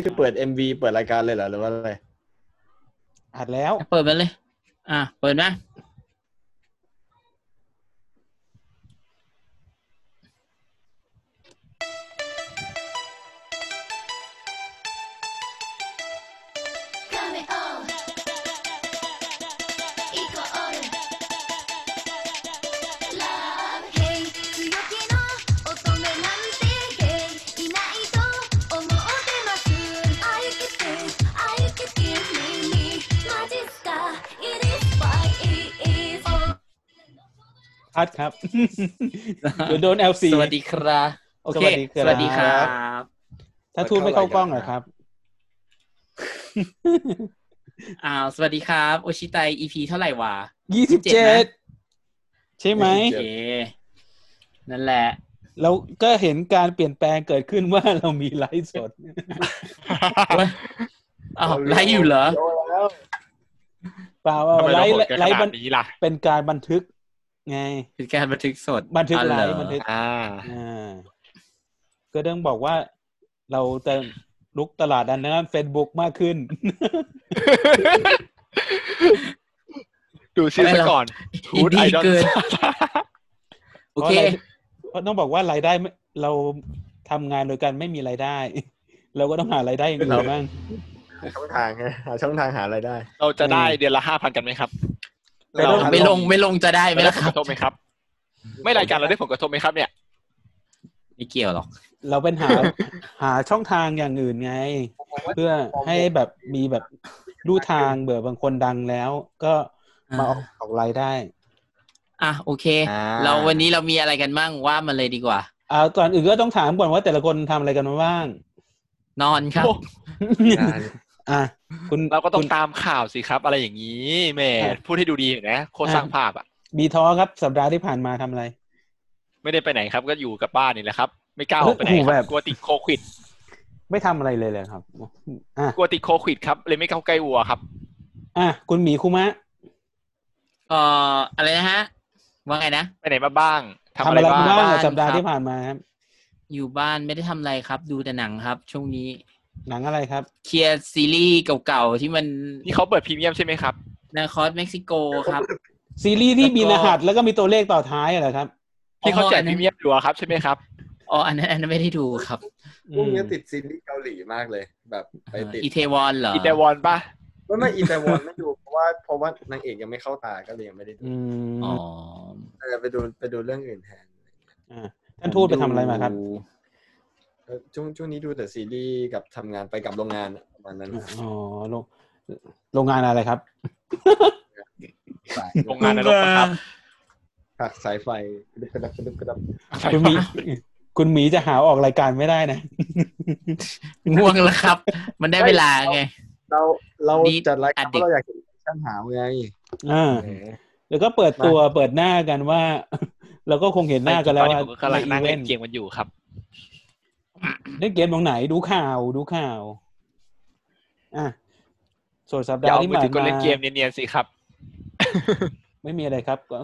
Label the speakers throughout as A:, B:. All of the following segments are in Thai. A: นี่คือเปิด MV เปิดรายการเลยเหรอหรือว่าอะไร
B: อัดแล้ว
C: เปิดมันเลย อ่ะ เปิดนะ
D: Coming on. Equal order. Love, hate. 強気の乙女なんていないと思ってます。I kiss it, I kiss it, me, me. マジっすか It is why it is all.
B: คัดครับ เดี๋ยวโดน LC
C: สวัสดีครับ โอเค
B: ส
C: ส
B: วั
C: วั
B: ส
C: ส
B: ดี
C: ดี
B: ค
C: ค
B: รั
C: รับ บ
B: ถ้าทูตไม่เข้ากล้องเหรอครับ
C: อ่า สวัสดีครับ โอชิไต EP เท่าไหร่วะ
B: ยี่สิบเจ็ดใช่ไหม
C: โอเค นั่นแหละ
B: เราก็เห็นการเปลี่ยนแปลงเกิดขึ้นว่าเรามีไลฟ์สด
C: เว้ยอ้าวไลฟ์อยู่เหรอ
B: เปล่าเอา
E: ทำไม
B: ไล
E: เรา
B: ฟ์
E: โหดกัน
B: ไล
E: ข
B: ฟ์
E: นา
B: บั
E: ด
B: น
E: นี้ล่ะ
B: เป็นการบันทึก ไง
C: เป็นการบันทึกสด
B: บันทึก
C: อ๋อ
B: ไล
C: เหร
B: ฟ์
C: อ
B: บันทึก
E: อ่า
B: อ่า ก็ต้องบอกว่าเราจะลุกตลาดอันนั้นเฟซบุ๊กมากขึ้น
E: ดูชื่อซะก่อนทู
C: อิน
E: ดไอ
C: ดี้
E: ดอล
C: เกิน โอเค
B: เพราะต้องบอกว่ารายได้ไม่เราทำงานโดยการไม่มีรายได้ เราก็ต้องหารายได้อย่างอื่นบ้าง
A: ช่องทางไงหาช่องทางหารายได้
E: เราจะได้เดือนละห้าพันกันไหมครับ
B: ไปลง
C: ไม่ลงไม่ลงจะได้ไหม
E: ไม่ได้
C: ล่ะค
E: ผล
C: รับ
E: กระทบไหมครับ ไม่รายการเราได้ผลกระทบไหมครับเนี่ย
C: ไม่เกี่ยวหรอก
B: เราเป็นหา หาช่องทางอย่างอื่นไง เพื่อให้แบบมีแบบดูทางเบื่อบางคนดังแล้ว ก็มาออกออกรายได้
C: อ่ะโอเค
E: อ่า
C: เราวันนี้เรามีอะไรกันบ้างว่ามันเลยดีกว่า
B: เอาตอนอื่นก็ต้องถามก่อนว่าแต่ละคนทำอะไรกันมาบ้าง
C: นอนครับ
E: โอ้
B: อ่ะคุณ
E: เราก็ต้อง
B: คุณ
E: ตามข่าวสิครับ อะไรอย่างนี้แหม่
B: อ่ะ
E: พูดให้ดูดีหน่อยนะโคตรสร้างภาพอ่ะ
B: บีทอครับสัปดาห์ที่ผ่านมาทำอะไร
E: ไม่ได้ไปไหนครับก็อยู่กับบ้านนี่แหละครับ ไม่กล้าออกไปไหน
B: โอ้โห
E: ค
B: แบ
E: รับบ กลัวติดโควิด
B: ไม่ทำอะไรเลยเลยครับอ่ะ
E: กลัวติดโควิดครับเลยไม่เข้าใกล้วัวครับ
B: อ่ะคุณหมีคุมะ
C: เอ่ออะไรนะฮะ ว่าไงนะ
E: ไปไหนมาบ้างทำ
B: ทำ
E: อะ
B: อะไร ไร
E: บ้า
B: มาบ้าง งอ่ะ
C: บ้าน
B: สัปดาห์
C: ครับ
B: ที่ผ่านมาครับ
C: อยู่บ้านไม่ได้ทำอะไรครับ ดูแต่หนังครับ ช่วงนี้
B: หนังอะไรครับ
C: เคลียร์ซีรีส์เก่าๆที่มัน
E: นี่เขาเปิดพรีเมียมใช่ไหมครับ
C: นาคอสเม็กซิโกครับ
B: ซีรีส์ที่มีร
C: แล้วก็
B: หัสแล้วก็มีตัวเลขต่อท้ายอะเหรอครับ
E: ที่เขาแจกพรีเมี
C: อ๋อย
E: มอยู่อะครับใช่ไหมครับ
C: อ๋ออันนั้นอันนั้นไม่ได้ดูครับ
A: พรุ่งนี้ติดซีรีส์เกาหลีมากเลย แบบไปติด
C: อีเทวอนเหรอ
E: อินเดวอนป่ะ
A: ไม่ไม่อินเตอร์วอนไม่ดูเพราะว่าเพราะว่านางเอกยังไม่เข้าตาก็เลยยังไม่ได้ดู
B: อืม
C: อ๋อ
A: เออไปดูไปดูเรื่องอื่นแทน
B: ท่านทูตไปทำอะไรมาครับ
A: เออช่วงช่วงนี้ดูแต่ซีรีส์กับทำงานไปกับโรงงานอะประมาณนั้น
B: อ๋อโรงโรงงานอะไรครับ
E: โรงงานนรกปะครับ
A: ผักสายไฟกระดึบกระดับกระดึบกระดับ
B: คุณหมีคุณหมีจะหาออกรายการไม่ได้นะ
C: ง่วงแล้วครับ มันได้เวลาไง
A: เราเรา
C: นี่
A: จัดรายการ
C: อ่ะ
A: เพราะ
C: เด็ก
A: เราอยากเห็นแอคชั่นหาวไง
B: อ่า
A: เออ
B: แล้วก็เปิดตัวเปิดหน้ากันว่า เราก็คงเห็นหน้ากันแล้ว
E: ตอ
B: ว่า
E: ผมกำลังนั่ง
B: ใอี
E: เล่น
B: ต์
E: เกมมันอยู่ครับ
B: เล่นเกมตรงไหนดูข่าวดูข่าวอ่ะส่วนสัป
E: อ
B: ดา
E: ย่า
B: ห์
E: เอา
B: ที่
E: มือ
B: ผ่า
E: ถื
B: น
E: อก็
B: มา
E: เล่นเกมเนียนๆสิครับ
B: ไม่มีอะไรครับ ก็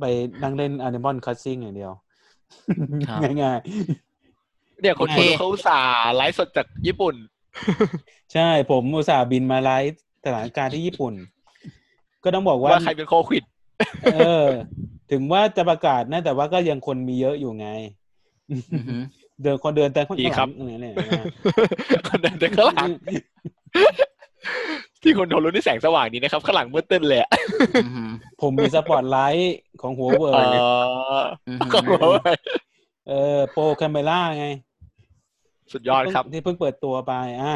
B: ไปนั่งเล่นอ n i m a l Crossing อย่างเดียว
C: ครับ
B: ง่าย
E: เนี่ยคน
C: โอเค
E: คนเขาอุตส่าห์ไลฟ์สดจากญี่ปุ่น
B: ๆ ใช่ผมอุตส่าห์บินมาไลฟ์สถานการณ์ที่ญี่ปุ่น ก็ต้องบอกว่า
E: ว่าใครเป็นโควิด
B: เออ ถึงว่าจะประกาศนะ แต่ว่าก็ยังคนมีเยอะอยู่ไง
C: อือหือ
B: เดินคนเดินแต่คน
E: ดีครับ
B: ข้างหลังเนี่ยเนี่ย
E: คนเดินไปข้างหลังที่คนโดนรู้นี่แสงสว่างดีนะครับข้างหลังมืดตึ้นเลยอะ
C: อือหือ
B: ผมมีสปอตไลท์ของหัวเว่
E: อ๋อย
C: อือ
E: ก็
C: หือ
E: บอกว่า
B: เออโปรแคมเมล่าไง
E: สุดยอดครับ
B: ที่เพิ่งเปิดตัวไปอ่ะ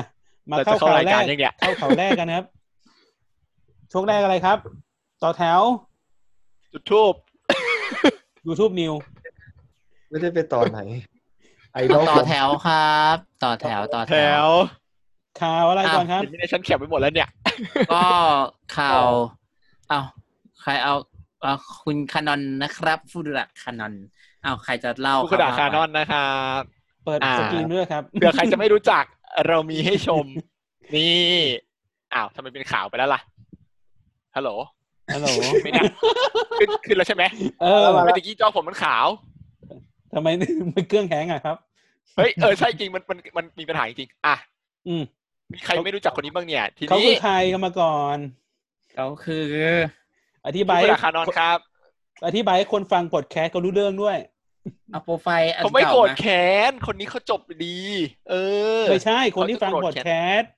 B: มา
E: เรา
B: เข้า
E: จะเข้า
B: ข่าว
E: ราย
B: แร
E: การ
B: ก
E: ยังเนี่ย
B: เข้าข่าวแรกกันครับช่วงแรกอะไรครับ ต่อแถว
E: จุดทูบ
B: YouTube New
A: ไม่ได้ไปต่อ ไหน ไอดอล
C: ต่อแถวครับ ต่อแถวต่อ
E: แถ
C: แถว
E: ว
B: ข่าวอะไรก่อนครับ
E: ทีนี้ฉันแคบไปหมดแล้วเนี่ย
C: ก็ข่าว เอาใครเอาเอาคุณคานอนนะครับฟูดระคานอนเอาใครจะเล่า
E: ผู้กระดาษคานอนนะครับ
B: เปิด
E: อ่า
B: สกรีนด้วยครับ
E: เผื่อใครจะไม่รู้จักเรามีให้ชม นี่อ้าวทำไมเป็นข่าวไปแล้วล่ะฮัลโหล
B: ฮัลโหล
E: ไม่ได้ขึ้นขึ้นแล้วใช่ไหม
B: เออ
E: เมื่อกี้จอผมมันขาว
B: ทำไมมันเครื่องแหงอ่ะครับ
E: เฮ้ยเออใช่จริงมันมันมันมีปัญหาจริงๆอ่ะ
B: อืม
E: มีใครไม่รู้จักคนนี้บ้างเนี่ย ที
B: เขา
E: นี้
B: คือใครเขามาก่อน
C: เขาคือ
B: อธิบาย
E: ผู้
B: ให้
E: ราคานอนครับ
B: อธิบายให้คนฟังพอดแคสต์เขารู้เรื่องด้วย
C: เอาโปรไฟล์อัน
E: เขาไม่
C: เก่า
E: โกรธ
C: มา
E: แค้น คนนี้เขาจบดี เออ
B: ไม่ใช่คนที่ฟังพอดแคสต์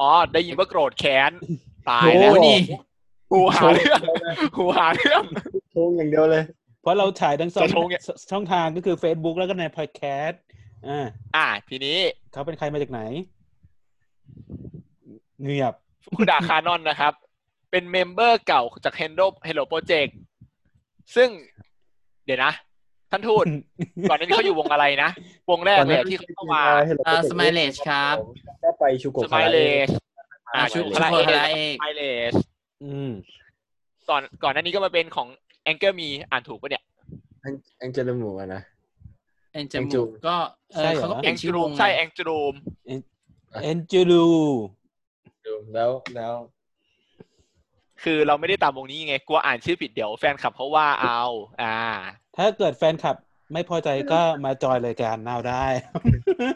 E: อ๋อ ได้ยินว่าโกรธแค้น ตาย
B: โอ้
E: แล้ว
C: โอ้นี่
E: หูหาเรื่องหูหาเรื่อง
A: โชงอย่างเดียวเลย
B: เพราะเราฉายทั้งสอง
E: จะโชว์ไง
B: ช่องทางก็คือ Facebook แล้วก็ในพอดแคสต์อ่า
E: อ่ะทีนี้
B: เขาเป็นใครมาจากไหน เงียบ
E: ฟุกุดะคานอนนะครับ เป็นเมมเบอร์เก่าจาก Hello Hello Project ซึ่ง เดี๋ยวนะ ท่านทู ต ก่อนหนั้านเขาอยู่วงอะไรนะ วงแรกเลยที่เขาเข้ามา
C: อ่า Smiley ครับ
A: ก็ไปชูโกะ
E: สมายเลส
C: อ่าชุด
E: ส
C: ชุด
E: มาย
C: โค
E: เล
C: ลา
E: ส
C: เอก
E: สมายเลส
B: อืม
E: ก่อนก่อนหน้านี้ก็มาเป็นของแองเกอร์มีอ่านถูกปะเนี่ย
A: แองเจลมูอะนะ
C: เอ็นจ
A: Angel
C: มูกก็เอ
B: ใช่
C: อ
B: เหรอ
C: เขาก็เป
E: แอ
C: ลี่ย
E: ง
C: น
E: จู
C: ชื่อ
E: รู
C: ว
E: ม
C: ง
E: ใช่แองจูรูม
B: เอ็นจูลู
A: แล้วแล้ว
E: คือเราไม่ได้ตามวงนี้ไงกลัวอ่านชื่อผิดเดี๋ยวแฟนคลับเขาว่าเอา อ่า
B: ถ้าเกิดแฟนคลับไม่พอใจก็มาจอยรายการนาวได้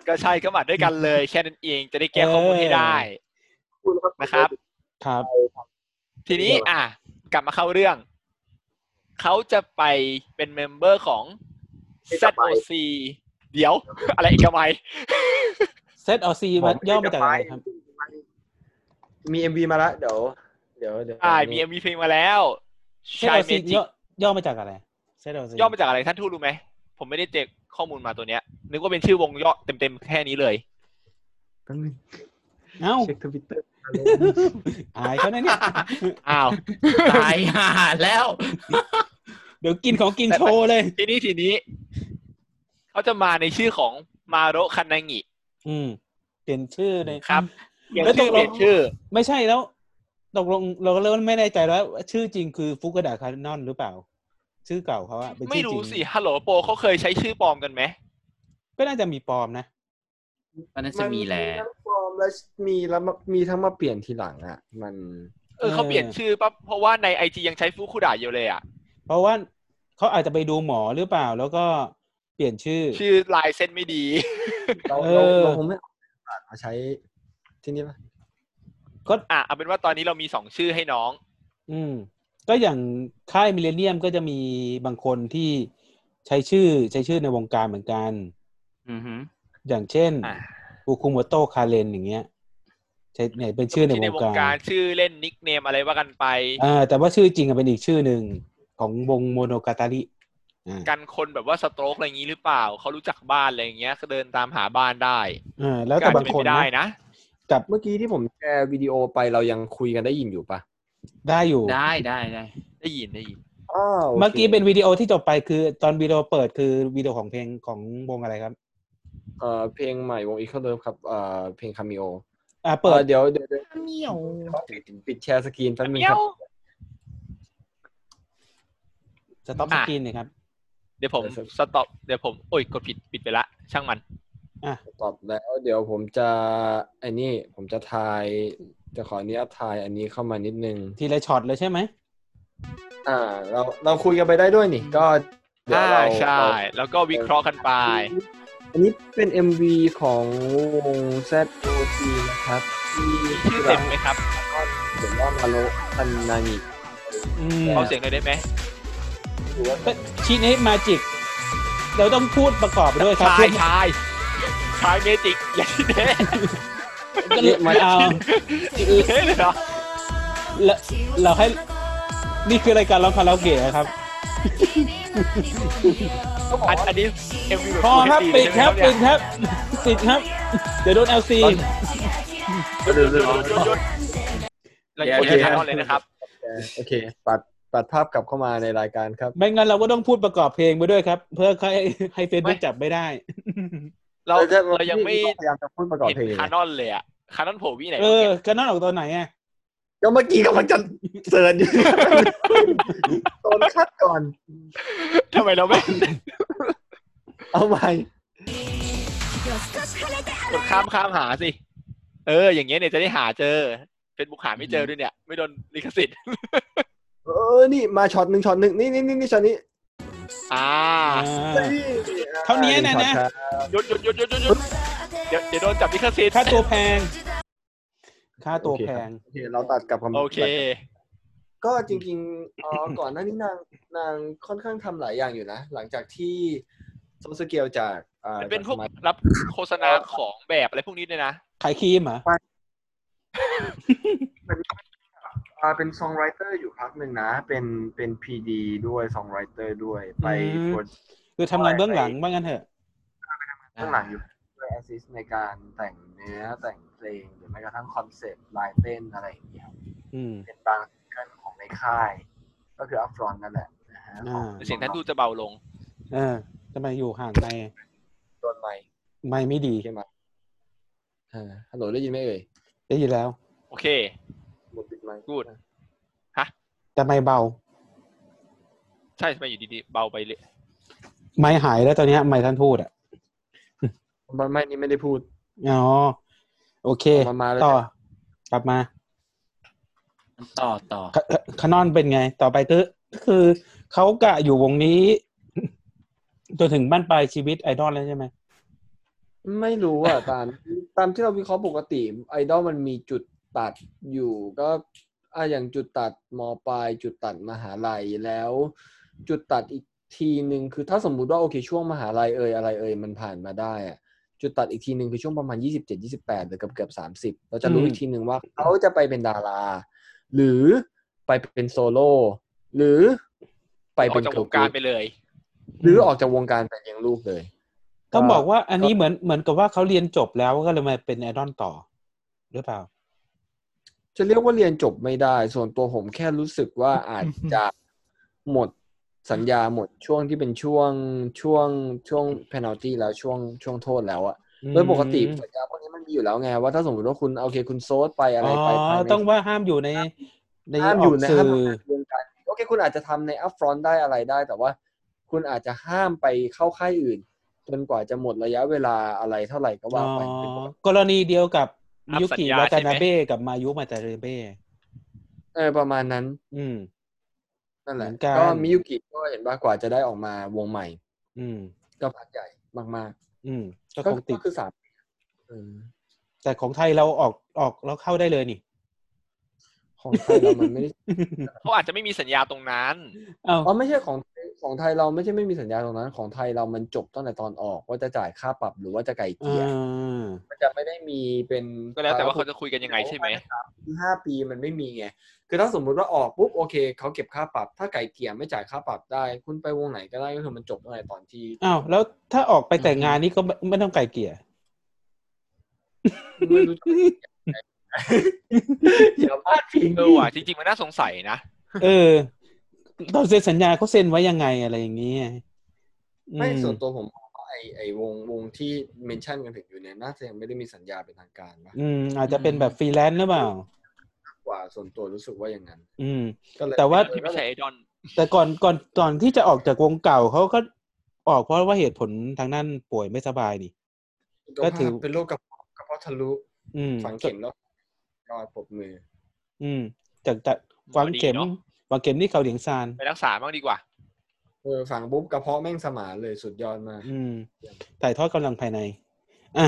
E: ก็ใช่ก็มาด้วยกันเลยแค่นั้นเองจะได้แก้ข้อมูลให้ได้ นะครับ
B: ครับ
E: ทีนี้อ่ะกลับมาเข้าเรื่อง เขาจะไปเป็นเมมเบอร์ของ ZOC เดี๋ยว อะไรอีกทำไมย
B: เซตออซีมาย่อมาจากอะไรครับ
A: มีเอ็มวีมาละเดี๋ยวเดี๋ยวเดี๋ยว
E: อ่ามี MV เพลงมาแล้ว
B: เซตอ
E: Shy
B: อซี
E: Magic
B: ย่อย่อมาจากอะไรเซตออซี
E: ย่อมาจากอะไรท่านทูตรู้ไหม ผมไม่ได้เจอข้อมูลมาตัวเนี้ย นึกว่าเป็นชื่อวงย่อเต็มๆแค่นี้เลย
A: แป๊บนึง
B: เอ้า
A: เช็คทวิตเตอร์
B: อายเขาแน่ เนี่ย
E: อ้าว
C: ตายห่า แล้ว
B: เดี๋ยวกินของกินโชว์เลย
E: ทีนี้ทีนี้ เขาจะมาในชื่อของมาโรคันางิ
B: อืม เปลี่ยนชื่อเลย
E: ครับเปลี่ยน
B: แล้วต
E: ชื่อ
B: ลง
E: กเปลี่ยนชื่อ
B: ไม่ใช่แล้วตกลงเราก็เริ่มไม่แน่ใจแล้วว่าชื่อจริงคือฟุกดาคานอนหรือเปล่า ชื่อเก่าเขาอะเป็นชื่
E: ไม่
B: อจริ
E: รู้
B: ง
E: สิฮัลโหลโปเขาเคยใช้ชื่อปลอมกันไหม
B: ก็น่าจะมีปลอมนะ
C: มันน่าจะมีแหละ
A: ทั้งปลอมและมีแล้วมามีทั้งมาเปลี่ยนทีหลังอ่ะ มัน
E: เออเขาเปลี่ยนชื่อปั๊บเพราะว่าในไอจียังใช้ฟูคุดะอยู่เลยอ่ะ
B: เพราะว่าเขาอาจจะไปดูหมอหรือเปล่า แล้วก็เปลี่ยนชื่อ
E: ชื่อลายเส้นไม่ดี
A: เรา
B: เอ
A: เรา
B: อ
A: เราคงไม่เอาศาสตร์มาใช้ที่นี่ปะ
E: อ่ะเอาเป็นว่าตอนนี้เรามีสองชื่อให้น้อง
B: อืม ก็อย่างค่ายมิเลเนียมก็จะมีบางคนที่ใช้ชื่อใช้ชื่อในวงการเหมือนกัน
C: อือฮึ
B: อย่างเช่น
E: อ่า
B: อูคุโมโตะคาเรนอย่างเงี้ย ใช้เนี่ยเป็นชื่อใน
E: ที่
B: ว
E: ใน
B: ง
E: วง
B: การ
E: การชื่อเล่นนิกเนมอะไรว่ากันไป
B: อ่าแต่ว่าชื่อจริงอะเป็นอีกชื่อหนึ่งของวงโมโนกาตาริอ่า
E: กันคนแบบว่าสโตรกอะไรอย่างนี้หรือเปล่า เขารู้จักบ้านอะไรอย่างเงี้ยก็เดินตามหาบ้านได้
B: อ่าแล้วแต่บางคน
E: ก็อจจะเป็ไปได้
B: นะ
E: นะ
B: กับ
A: เมื่อกี้ที่ผมแชร์วิดีโอไปเรายังคุยกันได้ยินอยู่ปะ
B: ได้อยู่
C: ได้ได้ได้
E: ได้ยินได้ยิน
A: อ้าวโค
B: เมื่อกี้เป็นวิดีโอที่จบไปคือตอนวิดีโอเปิดคือวิดีโอของเพลงของวงอะไรครับ
A: เอ่อเพลงใหม่วงอีเคิลเลิฟครับเอ่อเพลงคามิโอ
B: อ่าเปิด
A: เดี๋ยวเดี๋ยวเดี๋ยว
C: เมียว
A: ขอปิดปิดแชร์สกรีนแป๊บนึงครับ
B: สต็อปส
E: อ่ะ
B: กรีนเลยครับ
E: เดี๋ยวผม
A: เออ
E: สต็อปเดี๋ยวผมโอ้ยกดผิดปิดไปละ ช่างมัน
A: ตอบแล้วเดี๋ยวผมจะไอ้นี่ผมจะทาย จะขออนุญาตทายอันนี้เข้ามานิดนึง
B: ทีละช็อตเลยใช่ไหม
A: อ่า เราเราคุยกันไปได้ด้วยนี่ ก็เดี๋ยว
E: อ่า
A: เรา
E: ใช่
A: เรา
E: แล้วก็วิเคราะห์กันไป
A: อันนี้เป็น MV ของวง ZOT นะครับที่
E: มีชื่อเต็มไหมครับ
A: เขียนว่ามาโลคันนางิ
B: อืม
E: เขาเสียงเลยได้ไหม
A: ถือว่า
B: เป็นชีนให้มาจิก เราต้องพูดประกอบไปด้วยครับ
E: ชา
B: เพื่
E: ย
B: อ
E: ชายชายเมจิกอย่างที่เด้
B: ก็เลยไม่เอา
E: เด้เลยเหรอ
B: เราเราให้นี่คือรายการร้องคาราโอเกะนะครับ
E: อันอันนี้เอ็มวี
B: พอครับปิดครับปิดครับ ปิดครับ เดี๋ยวโดนเอลซี
A: เดี๋ยวเดี๋ยว
E: หยุดหยุดเราจะ
C: โอ
E: โอ
C: เค
E: เคครับเลยนะครับ
A: โอเค ปัดปัดภาพกลับเข้ามาในรายการครับ
B: ไม่งั้นเราก็ต้องพูดประกอบเพลงไปด้วยครับ เพื่อให้ให้เฟซบุ๊ก
E: ไม่
B: จับไม่ได้
E: เราเรายังไม่
A: พยายามจะพูดประกอบ
E: เห็น
A: เพลง
E: คานอนเลยอะคานอนโผล่วี่ไหน
B: เอ
E: วะ
B: อ
E: เนี่ย
B: กันนอนออกตอนไหนอ่ะ
A: ก็เมื่อกี้กำลังจะเสิร์ชอยู่ ตอนคัดก่อน
E: ทำไมเราไม่
A: เอาใหม่
E: กดข้ามข้ามหาสิ เออ อย่างเงี้ยเนี่ยจะได้หาเจอเป็นบุกหาไม่เจอด้วยเนี่ย ไม่โดนลิขสิทธิ์
A: เออ นี่มาช็อตหนึ่งช็อตหนึ่งนี่นี่นี่นี่ช็อตนี้
E: อ่า
B: เท่านี้นะนะ
A: ช็อตครับ
E: หยุดหยุดหยุดหยุดหยุดหยุด เดี๋ยวเดี๋ยวโดนจับลิขสิทธิ์
B: ค่าตัวแพง ค่าตัวแพง
A: โอเคเราตัดกลับำ
E: โอเค
A: ก็จริงๆเอ๋อ ก่อนหน้านี้นางนางค่อนข้างทำหลายอย่างอยู่นะ หลังจากที่โซสเกลจากอ่า
E: มันเป็นพวก
A: จากสมา
E: รับโฆษณาของแบบอะไรพวกนี้ด้วยนะ
B: ขายครีมเหรอ่ะ
A: อ่าเป็นซองไรเตอร์อยู่พักหนึ่งนะ เป็นเป็นพีดีด้วยซองไรเตอร์ด้วยไปโปร
B: คือทำงานเบื้องหลังว่างั้นเถอะ
A: ข้างหลังอยู่ด้วยแอสซิสในการแต่งเนื้อแต่งเพลงหรือแม้กระทั่งคอนเซปต์ลายเต้นอะไรอย่างเงี้ยครับ
B: อืม
A: เป็นบางซิงเกิลของในค่าย ก็คืออัพฟรอนนั่นแหละนะฮะ
B: อ่า
E: เสียงท่านดูจะเบาลง
B: เออทำไมอยู่ห่างไมค์
A: โดนไหม
B: ไม่ไม่ดี
A: โอเคมาอ่าฮัลโหลได้ยินไหมเอ่ย
B: ได้ยินแล้ว
E: โอเค
A: หมดปิดไหม
E: Good
B: แต่ไม่เบา
E: ใช่ทำไมอยู่ดีๆ เบาไปเลย
B: ไม่หายแล้วตอนเนี้ยไม่ท่านพูดอ่ะ
A: ไม่ไม่นี่ไม่ได้พูด
B: อ๋อ โอเค
A: กลับมาแล้ว
B: ต่อ
A: เนี่ย
B: กลับมา
C: ต่อต่อ
B: คคานอนเป็นไง ต่อไปคือคือเขากะอยู่วงนี้ จนถึงบ้านปลายชีวิตไอดอลแล้วใช่ไหม
A: ไม่รู้อ่ะ ตามตามที่เราวิเคราะห์ปกติไอดอลมันมีจุดตัดอยู่ ก็อ่ะอย่างจุดตัดมปลายจุดตัดมหาลัยแล้ว จุดตัดอีกทีหนึ่งคือถ้าสมมุติว่าโอเคช่วงมหาลัยเอ่ยอะไรเอ่ยมันผ่านมาได้อะจุดตัดอีกทีหนึ่งคือช่วงประมาณ 27 28หรือเกือบเกือบ30 เราจะรู้อีกทีหนึ่งว่าเขาจะไปเป็นดารา หรือไปเป็นโซโล่หรือไป
E: อ
A: เป็
E: อก
A: น
E: จาก
A: เกิ
E: ว
A: ร์ล
E: ง
A: ก
E: การ
A: รุ๊ป
E: ไปเลย
A: หรือออกจากวงการไปเลี้ยงลูกเลย
B: ต้องบอกว่าอันนี้เหมือนเหมือนกับว่าเขาเรียนจบแล้วก็เลยมาเป็นไอดอลต่อ หรือเปล่า
A: จะเรียกว่าเรียนจบไม่ได้ ส่วนตัวผมแค่รู้สึกว่า อาจจะหมดสัญญาหมดช่วงที่เป็นช่วงช่วงช่วงเพนัลตี้แล้วช่วงช่วงโทษแล้วอะโดยปกติสัญญาพวกนี้มันมีอยู่แล้วไงว่าถ้าสมมติว่าคุณโอเคคุณโซดไปอะไร
B: อ๋อ
A: ไปภายใน
B: ต้องว่าห้ามอยู่ในใน
A: ห้าม
B: อ
A: อ
B: อก
A: ยู่ใน
B: สื่
A: ห้ามอ
B: อ
A: ยู่ในวงการโอเคคุณอาจจะทำในอัพฟรอนต์ได้อะไรได้ แต่ว่าคุณอาจจะห้ามไปเข้าค่ายอื่น จนกว่าจะหมดระยะเวลาอะไรเท่าไหร่ก็
B: อ๋
A: ว่า
B: อ
A: ไปเป็นปกติ
B: กรณีเดียวกับ
E: อัพ
B: ยุ
E: สั
B: กิ
E: ญญา
B: วาตานาเบะกับมายุมาตาเรเบะ
A: เออประมาณนั้น
B: อืม
A: นั่นแหละ
B: เหมือนกัน
A: ก็มิยุกิก็เห็นว่ากว่าจะได้ออกมาวงใหม่
B: อืม
A: ก็พักใหญ่มาก
B: อืมก็
A: ๆ
B: คงติด
A: ก็คือสามปีเออ
B: แต่ของไทยเราออกออกแล้วเข้าได้เลยนี่
A: ของไทยเรามันไม่ได้
E: เขาอาจจะไม่มีสัญญาตรงนั้น
B: เอ้า
A: อ๋อไม่ใช่ของไทยของไทยเราไม่ใช่ไม่มีสัญญาตรงนั้น ของไทยเรามันจบตั้งแต่ตอนออกว่าจะจ่ายค่าปรับหรือว่าจะไก่เกลีย
B: อ่า
A: มันจะไม่ได้มีเป็น
E: ก็แล้วแต่ว่าเขาจะคุยกันยังไงใช่ไหม
A: คือห้าปีมันไม่มีไง คือถ้าสมมุติว่าออกปุ๊บโอเคเขาเก็บค่าปรับ ถ้าไก่เกลี่ยไม่จ่ายค่าปรับได้ คุณไปวงไหนก็ได้ก็คือมันจบตั้งแต่ตอน ที่
B: อ้าวแล้วถ้าออกไปแต่งงานนี่ก็ไม่ไม่ต้องไกลเกลี่ย
A: ไม่รู้จะ อย่า พลาดพิง
E: เออว่ะจริงๆ มันน่าสงสัยนะ
B: เออตอนเซ็นสัญญาเขาเซ็นไว้ยังไงอะไรอย่างนี้ยอื
A: ไม่ส่วนตัวผมว่าไอไอวงวงที่เมนชั่นกันถึงอยู่เนี่ยน่าจะยังไม่ได้มีสัญญาเป็นทางการมาก
B: อืม อาจจะเป็นแบบฟรีแลนซ์หรือเปล่า
A: กว่าส่วนตัวรู้สึกว่าอย่างนั้น
B: อืม
A: ก็เลย
B: แต่ว่า
E: ที่ไม่ใช่ไอดอล
B: แต่ก่อนก่อนก่อนที่จะออกจากวงเก่าเขาก็ออกเพราะว่าเหตุผลทางด้านป่วยไม่สบายนี่ ก็ถือ
A: เป็นโรคกระเพาะกระเพาะทะลุ
B: อืม
A: ฝังเข็มแล้วก็ปรบมือ
B: อืมจากจากฝังเข็มฝังเข็มที่เกาหลีซาน
E: ไปรักษาบ้างดีกว่า
A: เออฝังปุ๊บกระเพาะแม่งสมานเลยสุดยอดมาก
B: อืม ถ่ายทอดกำลังภายใน อ่ะ